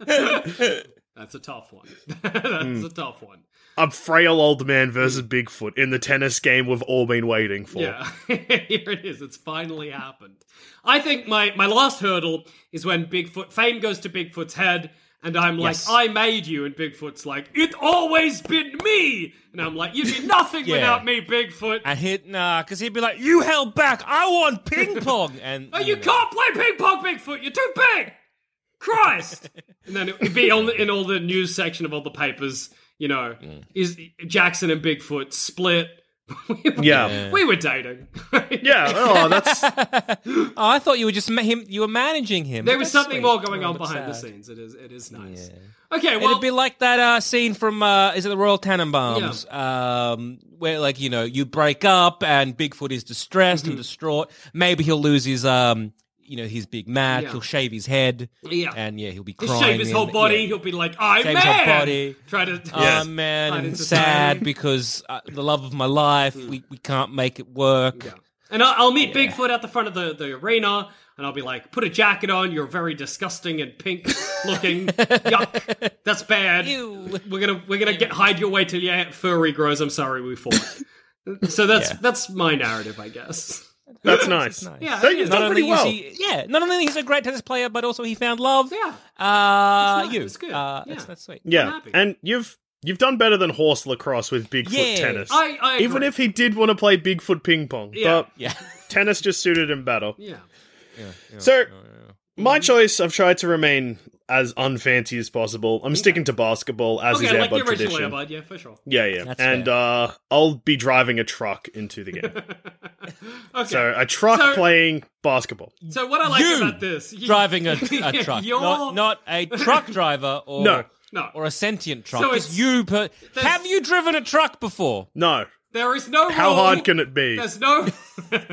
D: That's a tough one. (laughs) That's a tough one.
C: A frail old man versus Bigfoot in the tennis game we've all been waiting for.
D: Yeah, (laughs) here it is. It's finally happened. I think my, my last hurdle is when Bigfoot fame goes to Bigfoot's head, and I'm like,
B: Yes.
D: I made you, and Bigfoot's like, it always been me, and I'm like, you'd be nothing
B: Yeah.
D: without me, Bigfoot.
B: And hit nah, because he'd be like, "You held back. I want ping pong."
D: (laughs)
B: And
D: Oh, you can't play ping pong, Bigfoot. You're too big. Christ! (laughs) and then it'd be on the, in all the news section of all the papers. You know,
B: Mm.
D: is Jackson and Bigfoot split? (laughs) We were-
C: Yeah.
D: we were
B: (laughs)
D: dating.
C: Yeah, oh, that's
B: Oh, I thought you were just ma- him. You were managing him.
D: (laughs) There
B: But
D: was
B: that's
D: something
B: sweet.
D: more going
B: Oh,
D: on
B: but
D: behind the
B: sad.
D: scenes. It is. It is nice. Okay. Well,
B: It'd be like that uh, scene from uh, is it the Royal Tannenbaums, um, where like you know you break up and Bigfoot is distressed
D: Mm-hmm.
B: and distraught. Maybe he'll lose his um, you know, his big Mac.
D: Yeah.
B: He'll shave his head.
D: Yeah.
B: and yeah, he'll be
D: he'll
B: crying.
D: shave his
B: in-
D: whole body.
B: yeah.
D: He'll be like, "I'm
B: Shave
D: man."
B: his whole body.
D: Try to. um,
B: Oh
C: Yes.
B: man,
D: Hide in
B: I'm
D: society.
B: sad because uh, the love of my life,
D: Mm.
B: we, we can't make it work.
D: And I'll, I'll meet Bigfoot at the front of the, the arena, and I'll be like, "Put a jacket on. You're very disgusting and pink
B: (laughs)
D: looking. Yuck. That's bad.
B: Ew.
D: We're gonna we're gonna get hide your way till your furry grows. I'm sorry, we fought."
C: (laughs)
D: so that's that's my narrative, I guess.
C: that's nice.
D: Yeah.
C: So you've
B: Not
C: done
B: only
C: pretty
B: is
C: well.
B: he, yeah, not only he's a great tennis player, but also he found love.
D: Yeah.
B: uh,
D: That's nice.
B: you,
D: That's good.
B: Uh,
D: Yeah.
B: that's, that's sweet.
D: I'm
C: Yeah,
D: happy.
C: and you've you've done better than horse lacrosse with
B: Yeah.
C: Bigfoot tennis.
D: I, I agree.
C: Even if he did want to play Bigfoot ping pong,
D: Yeah.
C: but
B: (laughs) Yeah.
C: tennis just suited him better.
D: yeah.
C: So, my choice, I've tried to remain as unfancy as possible. I'm sticking to basketball as
D: Okay,
C: is our
D: like the
C: bud
D: original
C: tradition.
D: Airbud, yeah, for sure.
C: Yeah, yeah.
B: That's
C: and
B: fair.
C: uh I'll be driving a truck into the game.
D: Okay.
C: so a truck
D: So-
C: playing basketball.
D: So what (laughs) I like
B: You
D: about this, you-
B: Driving
D: (laughs)
B: a, a truck,
D: You're-
B: not, not
D: (laughs)
B: a truck driver or
C: No.
D: No.
B: or a sentient truck.
D: So
B: Just
D: it's-
B: you per-
D: there's-
B: have you driven a truck before?
C: No.
D: there is no.
C: How
D: rule.
C: hard can it be?
D: oh, There's no. (laughs) hey,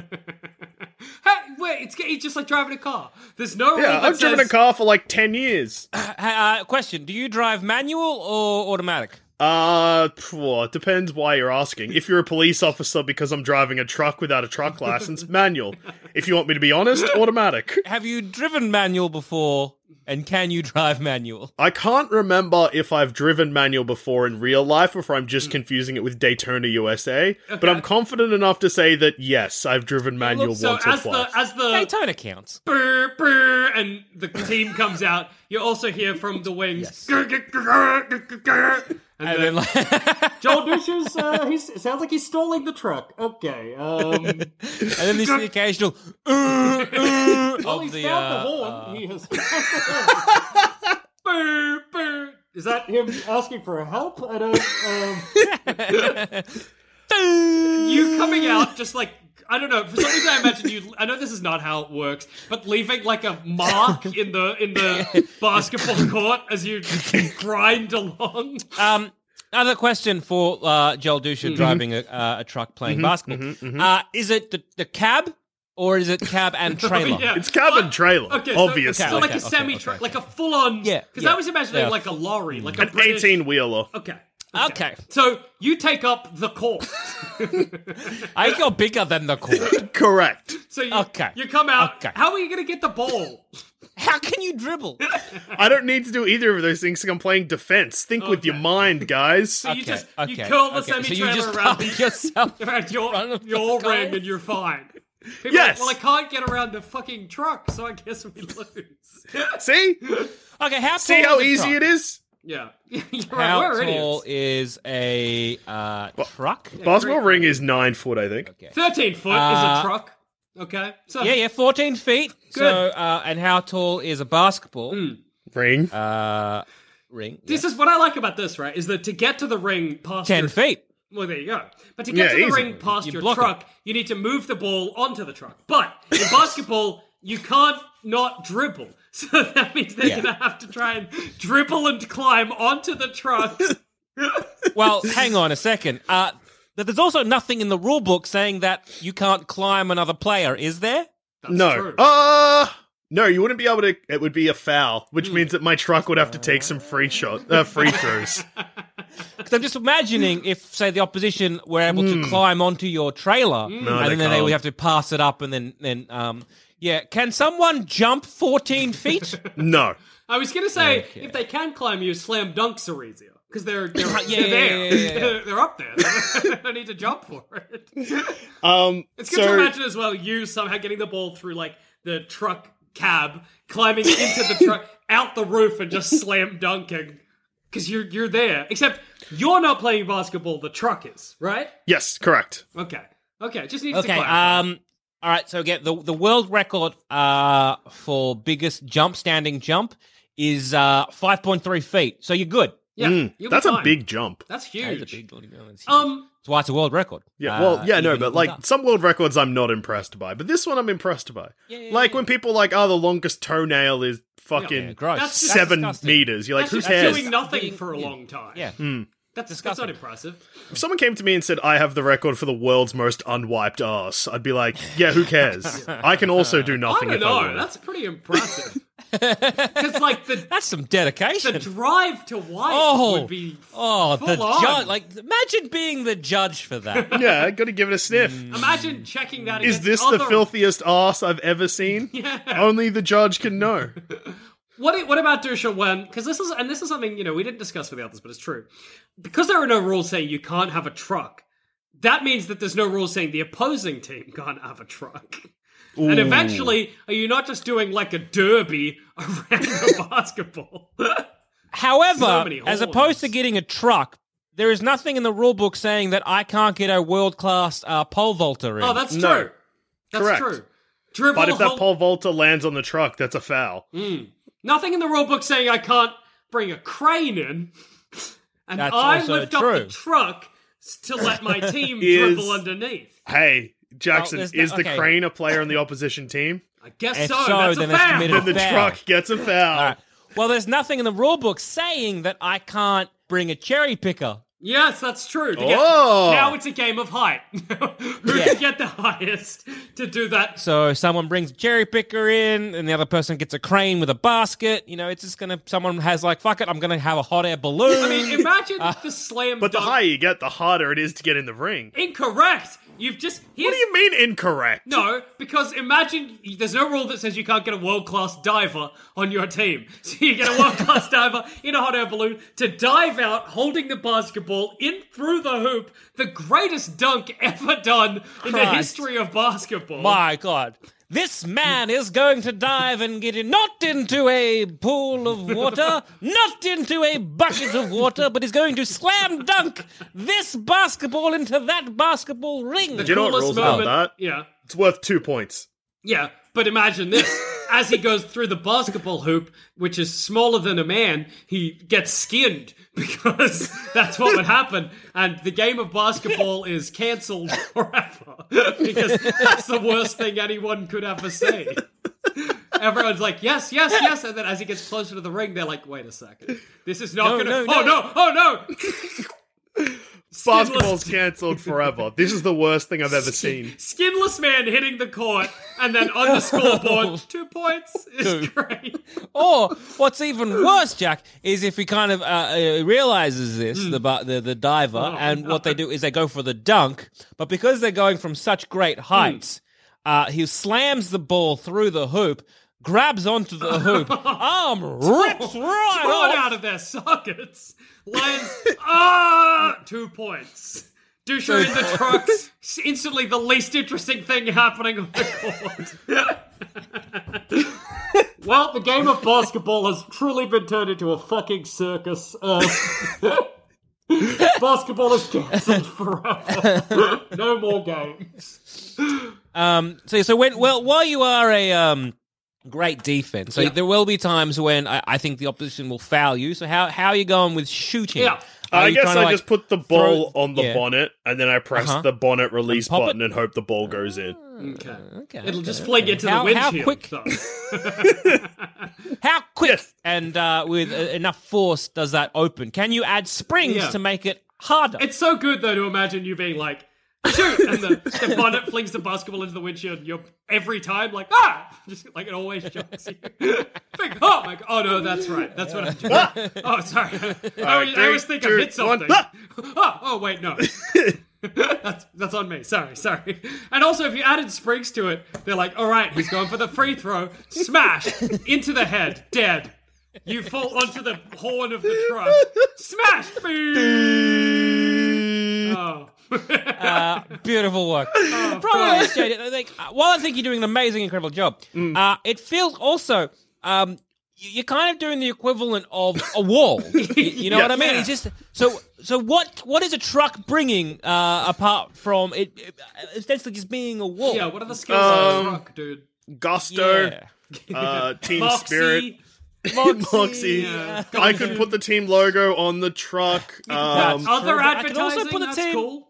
D: wait, it's, it's just like driving a car. There's no. rule
C: Yeah,
D: that
C: I've driven a
D: says-
C: car for like 10 years.
B: Uh, uh, question: Do you drive manual or automatic?
C: Uh, pff, well, it depends why you're asking. If you're a police officer because I'm driving a truck without a
D: (laughs)
C: truck license, manual. If you want me to be honest, automatic.
B: Have you driven manual before? And can you drive manual?
C: I can't remember if I've driven manual before in real life or if I'm
D: Mm.
C: just confusing it with Daytona USA, but I'm confident enough to say that yes, I've driven manual
D: So
C: once or
D: as the
C: twice.
D: as the
B: Daytona counts.
D: brr, brr, and the team comes out, you also hear from the wings. "Grr, grr, grr, grr, grr, (laughs) grr." And,
B: And then,
D: then,
B: like, (laughs)
F: Joel Dusher's, uh, he's, it sounds like he's stalling the truck. Okay.
D: (laughs)
F: Um,
B: and then there's the occasional "Uh, uh,"
F: well,
B: of
F: he's
B: the.
F: found the
B: Uh,
F: horn.
B: uh,
F: He has found
D: (laughs)
F: (laughs) the horn. Brr, brr. Is that him asking for help? I don't. Um,
D: (laughs) you coming out just like I don't know. For some reason, I imagine you. I know this is not how it works, but leaving like a mark in the in the basketball court as you grind along.
B: Um, another question for uh, Joel
D: Mm-hmm.
B: Dusha driving a, uh, a truck playing basketball. Uh, is it the, the cab or is it cab
D: (laughs)
B: and trailer?
D: Oh, Yeah.
C: it's cab and trailer,
D: Okay, so-
C: obviously.
D: So, like
B: Okay,
D: a
B: okay,
D: semi truck, like a full on.
B: Yeah,
D: Because
B: yeah.
D: I was imagining
B: Yeah.
D: like a lorry, like a
C: An
D: British-
C: 18 wheeler.
D: Okay.
B: Okay.
D: So you take up the
B: (laughs)
D: court.
B: I think you're bigger than the court.
C: Correct.
D: So you,
B: Okay.
D: you come out.
B: Okay.
D: How are you going to get the ball?
B: (laughs)
D: (laughs)
B: How can you dribble?
C: I don't need to do either of those things because I'm playing defense. Think with your mind, guys.
D: You just you curl the
B: okay.
D: semi
B: So
D: trailer
B: you just
D: around,
B: park
D: the,
B: (laughs) yourself.
D: around
B: front
D: your
B: of the
D: your
B: goal.
D: ring and you're fine. People are
C: Yes.
D: like, well, I can't get around the fucking truck, so I guess we (laughs) lose.
C: See?
B: Okay, how
C: See
B: tall
C: how
B: is the
C: easy
B: truck?
C: it is?
D: yeah. (laughs) You're right,
B: How
D: we're
B: tall
D: idiots.
B: is a uh, truck?
C: Basketball ring is nine foot, I think.
D: 13 foot is a
B: Uh,
D: truck. Okay. So
B: Yeah, yeah, fourteen feet. So, uh, and how tall is a basketball
C: Ring.
B: uh, ring?
D: Mm. This is what I like about this, right? Is that to get to the ring past
B: Ten
D: your-
B: feet.
D: Well, there you go. But to get
C: Yeah,
D: to the
C: easy.
D: ring past
B: You
D: your
B: block it.
D: truck, you need to move the ball onto the truck. But in basketball, you can't not dribble. (laughs) So that means they're
B: Yeah.
D: going to have to try and dribble and climb onto the truck.
B: Well, hang on a second. Uh, but there's also nothing in the rule book saying that you can't climb another player, is there?
C: no.
D: true.
C: Uh no, you wouldn't be able to it would be a foul, which means that my truck would have to take some free shot uh, free throws.
B: Because I'm just imagining if, say, the opposition were able to climb onto your trailer,
C: No,
B: and
C: they
B: then they would have
C: can't.
B: to pass it up, and then then um, yeah, can someone jump 14 feet?
C: no.
D: I was going to say, if they can climb you, slam dunks are easier. Because
C: (laughs)
D: they're, they're,
B: Yeah, yeah,
D: they're there.
B: yeah, yeah, yeah.
D: They're, they're up there. (laughs) They don't need to jump for it.
C: Um
D: It's good
C: so,
D: to imagine as well you somehow getting the ball through like the truck cab, climbing into the
C: (laughs)
D: truck, out the roof, and just slam dunking because you're you're there. Except you're not playing basketball. The truck is right.
C: Yes, correct.
D: Okay. Okay. Just needs to
B: okay.
D: clarify.
B: Um, all right. So again, the the world record uh for biggest jump, standing jump, is uh 5.3 feet. So you're good.
D: yeah, you'll be
C: Hmm. That's a
D: fine.
C: big jump.
D: That's
B: That is
D: huge.
B: a big- that's huge.
D: um.
B: That's why it's a world record.
C: Yeah,
B: Uh,
C: well, yeah, no,
B: even
C: but
B: if
C: like
B: it's not.
C: some world records I'm not impressed by, but this one I'm impressed by. like when people like, oh, the longest toenail is fucking
B: Yeah, gross.
D: That's just-
C: seven
B: That's disgusting.
C: meters. You're like,
D: That's
C: who's
D: just
C: hair?
D: doing nothing
B: Being-
D: for a
B: yeah.
D: long time.
B: yeah,
D: that's That's
B: disgusting.
D: not impressive.
C: If someone came to me and said, I have the record for the world's most unwiped ass, I'd be like, yeah, who cares? I can also do nothing
D: I
C: if
D: don't
C: I
D: know.
C: want.
D: that's pretty impressive. Because like the
B: that's some
D: the
B: (laughs) dedication.
D: drive to White
B: Oh,
D: would be
B: oh,
D: full
B: the
D: on.
B: judge! Like, imagine being the judge for
D: (laughs)
B: that.
C: Yeah, I gotta give it a sniff.
D: Mm. Imagine checking that.
C: Is
D: against
C: this
D: other...
C: the filthiest ass I've ever
D: (laughs)
C: seen? Only the judge can know.
D: What what about Dusha when? Because this is and this is something you know we didn't discuss with the others, but it's true. Because there are no rules saying you can't have a truck. That means that there's no rules saying the opposing team can't have a truck. And eventually, are you not just doing like a derby (laughs) around the basketball? (laughs)
B: However,
D: So many
B: as opposed to
D: horns.
B: getting a truck, there is nothing in the rule book saying that I can't get a world class uh, pole vaulter in.
D: oh, that's
C: No.
D: true. That's
C: Correct.
D: true. Dribble.
C: But if that
D: hold-
C: Paul Volta lands on the truck, that's a foul.
D: Mm. Nothing in the rule book saying I can't bring a crane in. And
B: That's
D: I
B: also
D: lift up
B: true.
D: the truck s- to
B: (laughs)
D: let my team
C: Is-
D: dribble underneath.
C: Hey, Jackson,
B: there's no-
C: is the
B: okay.
C: crane a player on the opposition team?
D: I guess
B: If
D: so.
B: so,
D: That's
B: then
D: a
B: it's
D: foul.
B: committed-
C: Then the
B: Foul.
D: Oh.
C: truck gets a foul.
B: Uh, All right. Well, there's nothing in the rule book saying that I can't bring a cherry picker
D: Yes, that's true. To get-
C: Oh.
D: Now it's a game of height. (laughs) Who can get the highest to do that?
B: So someone brings a cherry picker in, and the other person gets a crane with a basket. You know, it's just gonna. Someone has like, fuck it, I'm gonna have a hot air balloon.
D: I
B: (laughs)
D: mean, imagine
B: Uh,
D: the slam
C: But the
D: dunk-
C: higher you get, the harder it is to get in the ring.
D: Incorrect. You've just. Here's,
C: What do you mean incorrect?
D: No, because imagine there's no rule that says you can't get a world class diver on your team. (laughs) So you get a
C: (laughs)
D: world class diver in a hot air balloon to dive out holding the basketball in through the hoop, the greatest dunk ever done in the
B: Christ.
D: history of basketball.
B: My God. This man is going to dive and get in, not into a pool of water, not into a bucket of water, but he's going to slam dunk this basketball into that basketball ring.
C: Do you know what
D: Coolest
C: rules about
D: moment-
C: that?
D: Yeah.
C: It's worth two points.
D: Yeah, but
B: (laughs)
D: imagine this. As he goes through the basketball hoop, which is smaller than a man, he gets skinned (laughs) because that's what would happen. And the game of basketball is cancelled (laughs) forever because that's the worst thing anyone could
B: (laughs)
D: ever say. Everyone's like, yes, yes, yes. And then as he gets closer to the ring, they're like, wait a second. This is not
B: No,
D: going to.
B: no,
D: oh,
B: no.
D: no, oh, no.
C: Basketball's cancelled forever. This is the worst thing I've ever seen.
D: Skinless man hitting the court. And then
B: (laughs)
D: on the scoreboard, two points is great.
B: Or what's even worse, Jack, is if he kind of uh, uh, realizes this,
D: Hmm.
B: the, bu- the the diver,
D: Oh,
B: and what they do is they go for the dunk, but because they're going from such great
D: Hmm.
B: heights, uh, he slams the ball through the hoop, grabs onto the
D: (laughs)
B: hoop, arm rips right
D: Torn
B: off.
D: out of their (laughs) sockets. Lions, ah, two points. Dusha in the trucks. Instantly, the least interesting thing happening on the court. (laughs) well, the game of basketball has truly been turned into a fucking circus. Uh, (laughs) basketball is cancelled (laughs) forever. no more games.
B: Um, so so when well while you are a um great defense, so there will be times when I, I think the opposition will foul you. So how how are you going with shooting?
D: Yeah.
B: Are
C: I
B: you
C: guess
B: trying to,
C: I
B: like,
C: just put the ball
B: throw-
C: on the
B: yeah.
C: bonnet and then I press
B: Uh-huh.
C: the bonnet release
B: pop it?
C: button and hope the ball goes in.
D: Okay.
B: Okay.
D: It'll just fling into
B: uh, How-
D: the
B: how
D: windshield.
B: quick-
D: though.
B: How quick and uh, with uh, enough force does that open? Can you add springs
D: Yeah.
B: to make it harder?
D: It's so good though to imagine you being like, shoot, and the, the bonnet flings the basketball into the windshield, and you're every time like, ah, just like it always shocks you. (laughs) Think, oh my god, oh no, that's right, that's what I'm
B: Ah!
D: doing. oh, sorry, (laughs) I, always- I always
C: Ah! three,
D: think I hit
C: two, one,
D: something.
C: ah!
D: (laughs) oh, oh wait, no. that's, that's on me. Sorry, sorry. And also, if you added Springs to it, they're like, all right, he's going for the free throw. Smash into the head, dead. You fall onto the horn of the truck. Smash. Beep. oh.
B: Uh, (laughs) beautiful
D: (laughs)
B: work. (laughs) Problem is, Jade, I think, uh, while I think you're doing an amazing, incredible job,
D: Mm.
B: uh, it feels also. Um, y- you're kind of doing the equivalent of a
D: (laughs)
B: wall. Y- You, know what I mean?
D: Yeah.
B: It's just so. So what? What is a truck bringing uh, apart from it, it? Essentially, just being a wall.
D: Yeah. What are the skills on
C: Um,
D: the truck, dude?
C: Gusto,
B: Yeah.
C: uh, team
D: Moxie.
B: (laughs)
C: spirit, (laughs) Moxie.
D: yeah.
C: I could put the team logo on
B: (laughs)
C: the truck. Um,
B: That's true,
D: Other
B: but I could
D: advertising.
B: also put a
D: that's
B: team-
D: cool.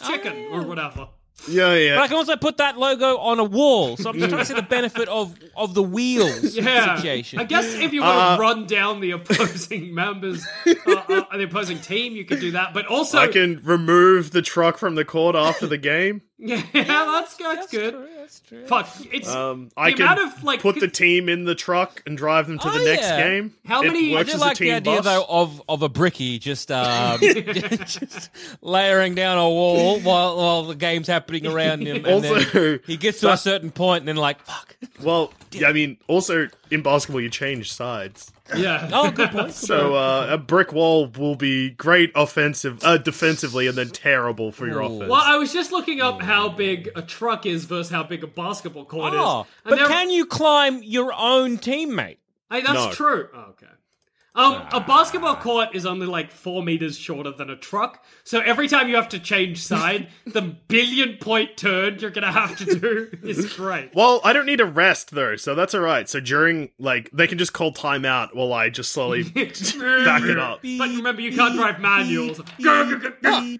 B: Yeah, oh,
D: chicken
B: yeah.
D: or whatever.
C: yeah,
B: But I
C: yeah.
B: can also put that logo on a wall, so I'm just trying to see the benefit of of the wheels
D: (laughs) Yeah.
B: situation.
D: I guess if you want
C: Uh,
D: to run down the opposing (laughs) members, uh, uh, the opposing team, you could do that. But also,
C: I can remove the truck from the court after the
B: (laughs)
C: game.
D: (laughs) yeah, that's, that's, good.
B: True, that's true.
D: Fuck, it's
C: Um,
D: the
C: I
D: amount
C: can
D: of like
C: put the
D: c-
C: team in the truck and drive them to the
B: Oh,
C: next
B: yeah.
C: game.
D: How
C: It
D: many- I
B: I
C: works
B: do
C: as a
B: like the
C: team
B: idea
C: bus.
B: though of of a bricky just um, (laughs) just layering down a wall while while the game's happening around him. And
C: Also, (laughs)
B: then he gets to a certain point and then like fuck.
C: Well, yeah, I mean, also in basketball you change sides,
D: yeah.
B: (laughs) Oh, good point.
C: so uh, a brick wall will be great offensive, uh, defensively, and then terrible for your offense.
D: Well, I was just looking up how big a truck is versus how big a basketball court
B: Oh,
D: is. And
B: but
D: they're-
B: can you climb your own teammate?
D: Hey, that's
C: No.
D: true. Oh, okay. Um, a basketball court is only like four meters shorter than a truck, so every time you have to change side, the billion point turn you're gonna have to do is great. (laughs)
C: Well, I don't need a rest though, so that's all right. So during like they can just call timeout while I just slowly
D: (laughs)
C: back it up.
D: But remember, you can't drive manuals.
C: Uh,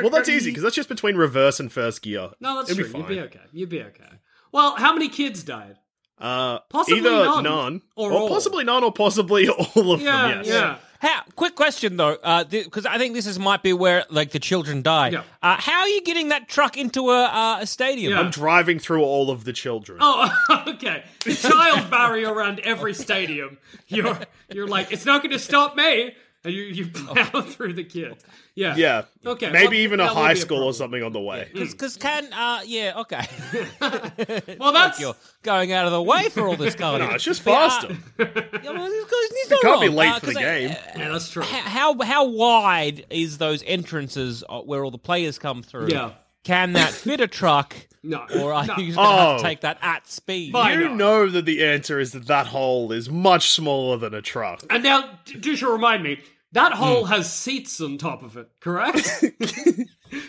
C: Well, that's easy because that's just between reverse and first gear.
D: No, that's
C: It'd
D: true.
C: Be
D: You'd
C: fine.
D: be okay. You'd be okay. Well, how many kids died?
C: Uh,
D: Possibly
C: either
D: none,
C: none
D: or
C: or
D: all.
C: possibly (laughs) none, or possibly all of
D: Yeah,
C: them. Um, Yes.
D: yeah.
B: How? Quick question though, because I think this is might be where like the children die.
D: Yeah.
B: Uh, how are you getting that truck into a, uh, a stadium?
D: Yeah.
C: I'm driving through all of the children.
D: Oh, (laughs) okay. The child barrier around every stadium. You're you're like, it's not going to stop me. And you you plow through the kid. Yeah.
C: Yeah.
D: Okay,
C: Maybe
D: well,
C: even a
D: that would
C: high
D: be a
C: school or
D: problem. Hmm.
C: something on the way.
B: Because can uh, yeah okay. (laughs)
D: Well, that's
B: You're going out of the way for all this carnage.
C: (laughs) No, it's just
B: But, uh,
C: faster.
B: yeah, well, it's- it's not
C: Can't be
B: wrong.
C: late
B: Uh,
C: for the
B: 'cause I-
C: game.
D: yeah, that's
B: (laughs)
D: true.
B: how how wide is those entrances uh, where all the players come through?
D: Yeah.
B: Can
D: (laughs)
B: that fit a truck?
D: No.
B: Or are
D: No.
B: you just gonna have
C: Oh.
B: to take that at speed?
D: Fine.
C: you
D: know.
C: know that the answer is that that hole is much smaller than a truck.
D: And now, d- just to remind me, that hole has seats on top of it,
C: (laughs)
D: correct?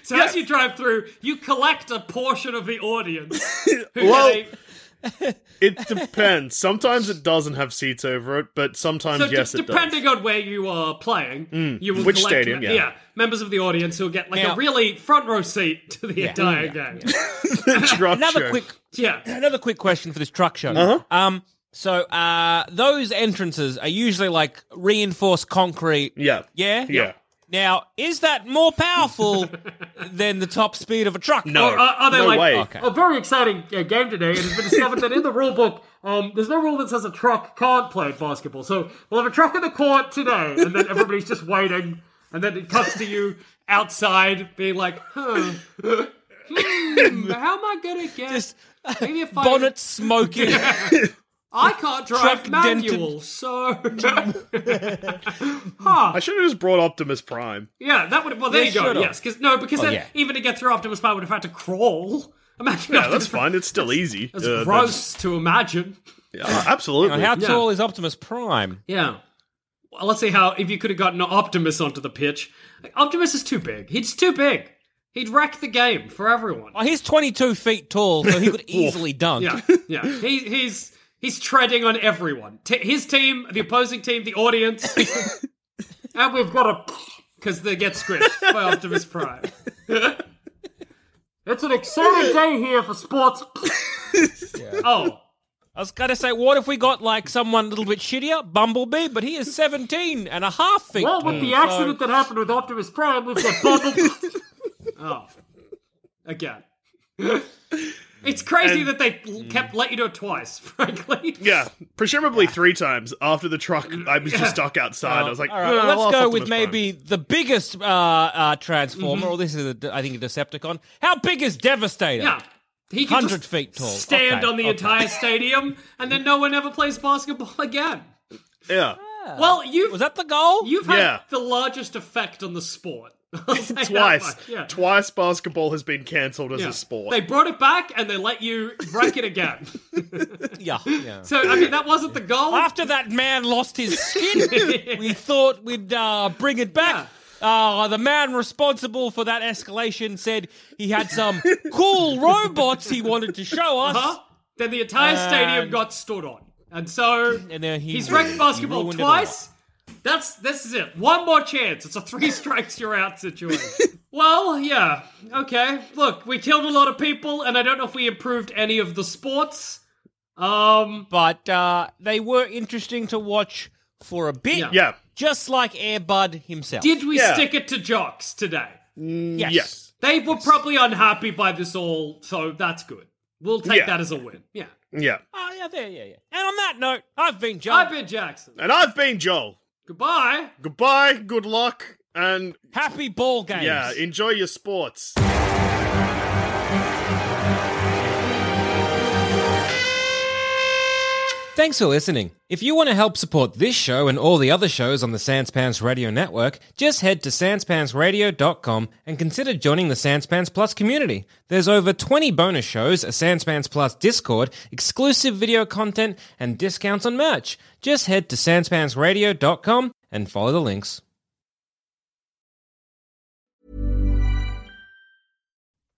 D: so as you drive through, you collect a portion of
C: (laughs)
D: the audience. who
C: Well,
D: they-
C: It depends. Sometimes it doesn't have seats over it, but sometimes
D: so
C: yes,
D: d-
C: it (laughs) Mm.
D: depending on where you are playing, you will
C: Which
D: collect
C: stadium, yeah.
D: members of the audience who'll get like
B: Now-
D: a really front row seat to the entire game.
C: does. Truck
B: Another
C: show.
B: quick
D: (laughs) Yeah.
B: another quick question for this truck show.
C: Uh-huh.
B: Um, so uh, those entrances are usually like reinforced concrete.
C: Yeah.
B: Yeah.
C: Yeah.
B: Now, is that more
C: (laughs)
B: powerful than the top speed of a truck?
C: No.
D: Are, uh, are they
C: no
D: like
C: way.
D: a very exciting uh, game today? And it's been discovered that in the rule book, um, there's no rule that says a truck can't play basketball. So we'll have a truck in the court today, and then everybody's just waiting, and then it cuts to you outside being like, huh.
B: (laughs)
D: hmm, how am I gonna get
B: Just
D: maybe if I
B: Bonnet
C: (laughs)
B: smoking.
D: I can't drive
B: truck dented.
C: (laughs)
D: manual, so
C: I should have just brought Optimus Prime.
D: yeah, that would well there
B: Yeah,
D: you go.
B: should've.
D: Yes, because no, because then
B: yeah.
D: even to get through Optimus Prime would have had to crawl. Imagine
C: Yeah, that's fine. It's still easy.
D: (laughs) That's
C: Uh,
D: gross to imagine.
C: that's- yeah, uh, absolutely.
B: How
D: Yeah.
B: tall is Optimus Prime?
D: Yeah. Well, let's see how if you could have gotten Optimus onto the pitch. Optimus is too big. He's too big. He'd wreck the game for everyone.
B: Oh, he's 22 feet tall, so
C: (laughs)
B: he could easily dunk.
D: Yeah, yeah. He, he's he's treading on everyone. T- his team, the opposing team, the audience, and we've got a because they get squished by Optimus Prime. it's an exciting day here for sports. Oh,
B: I was going to say, what if we got like someone a little bit shittier, Bumblebee, but he is 17 and a half feet
D: Well,
B: tall.
D: with the accident that happened with Optimus Prime, we've got Bumble. oh, again. it's crazy that they l- kept let you do it twice. Frankly,
C: Yeah, presumably three times after the truck. I was just stuck outside. I was like,
B: All right,
C: "Nah,
B: let's
C: I'll
B: go
C: Optimus
B: with
C: Prime."
B: maybe the biggest uh, uh, transformer.
D: Mm-hmm.
B: Or this is, a de- I think, a Decepticon. How big is Devastator?
D: yeah. He can
B: 100
D: just
B: feet tall.
D: stand
B: Okay,
D: on the
B: okay.
D: entire stadium, and then no one ever plays basketball again.
C: Yeah,
D: Well, you've
B: Was that the goal?
D: you've had
C: Yeah.
D: the largest effect on the sport.
C: (laughs)
D: (laughs) I'll say that
C: twice.
D: much, Yeah.
C: Twice basketball has been cancelled as
D: Yeah.
C: a sport.
D: They brought it back and they let you wreck it again.
B: (laughs)
D: (laughs)
B: yeah. yeah.
D: So I mean, that wasn't the goal.
B: After that man lost his
D: (laughs)
B: skin, we thought we'd uh, bring it back. Uh, the man responsible for that escalation said he had some cool robots he wanted to show us.
D: Huh? Then the entire stadium
B: And-
D: got stood on, and so
B: Um, And then he
D: he's wrecked
B: he
D: basketball
B: ruined it all.
D: twice. That's this is it. One more chance. It's a three (laughs) strikes you're out situation. well, yeah, okay. Look, we killed a lot of people, and I don't know if we improved any of the sports. Um,
B: But uh, they were interesting to watch for a bit.
D: Yeah.
C: yeah,
B: Just like Airbud himself.
D: did we
C: Yeah.
D: stick it to jocks today?
B: yes.
C: yes.
D: They were probably unhappy by this all, so that's good. We'll take
C: Yeah.
D: that as a win. Yeah,
C: yeah.
B: Oh, yeah, there, yeah, yeah. And on that note, I've been John.
D: I've been Jackson.
C: And I've been Joel.
D: Goodbye.
C: Goodbye. Good luck. And
B: Happy ball games.
C: yeah, enjoy your sports.
B: Thanks for listening. If you want to help support this show and all the other shows on the Sanspants Radio Network, just head to sanspantsradio.com and consider joining the Sanspants Plus community. There's over 20 bonus shows, a Sanspants Plus Discord, exclusive video content, and discounts on merch. Just head to sanspantsradio.com and follow the links.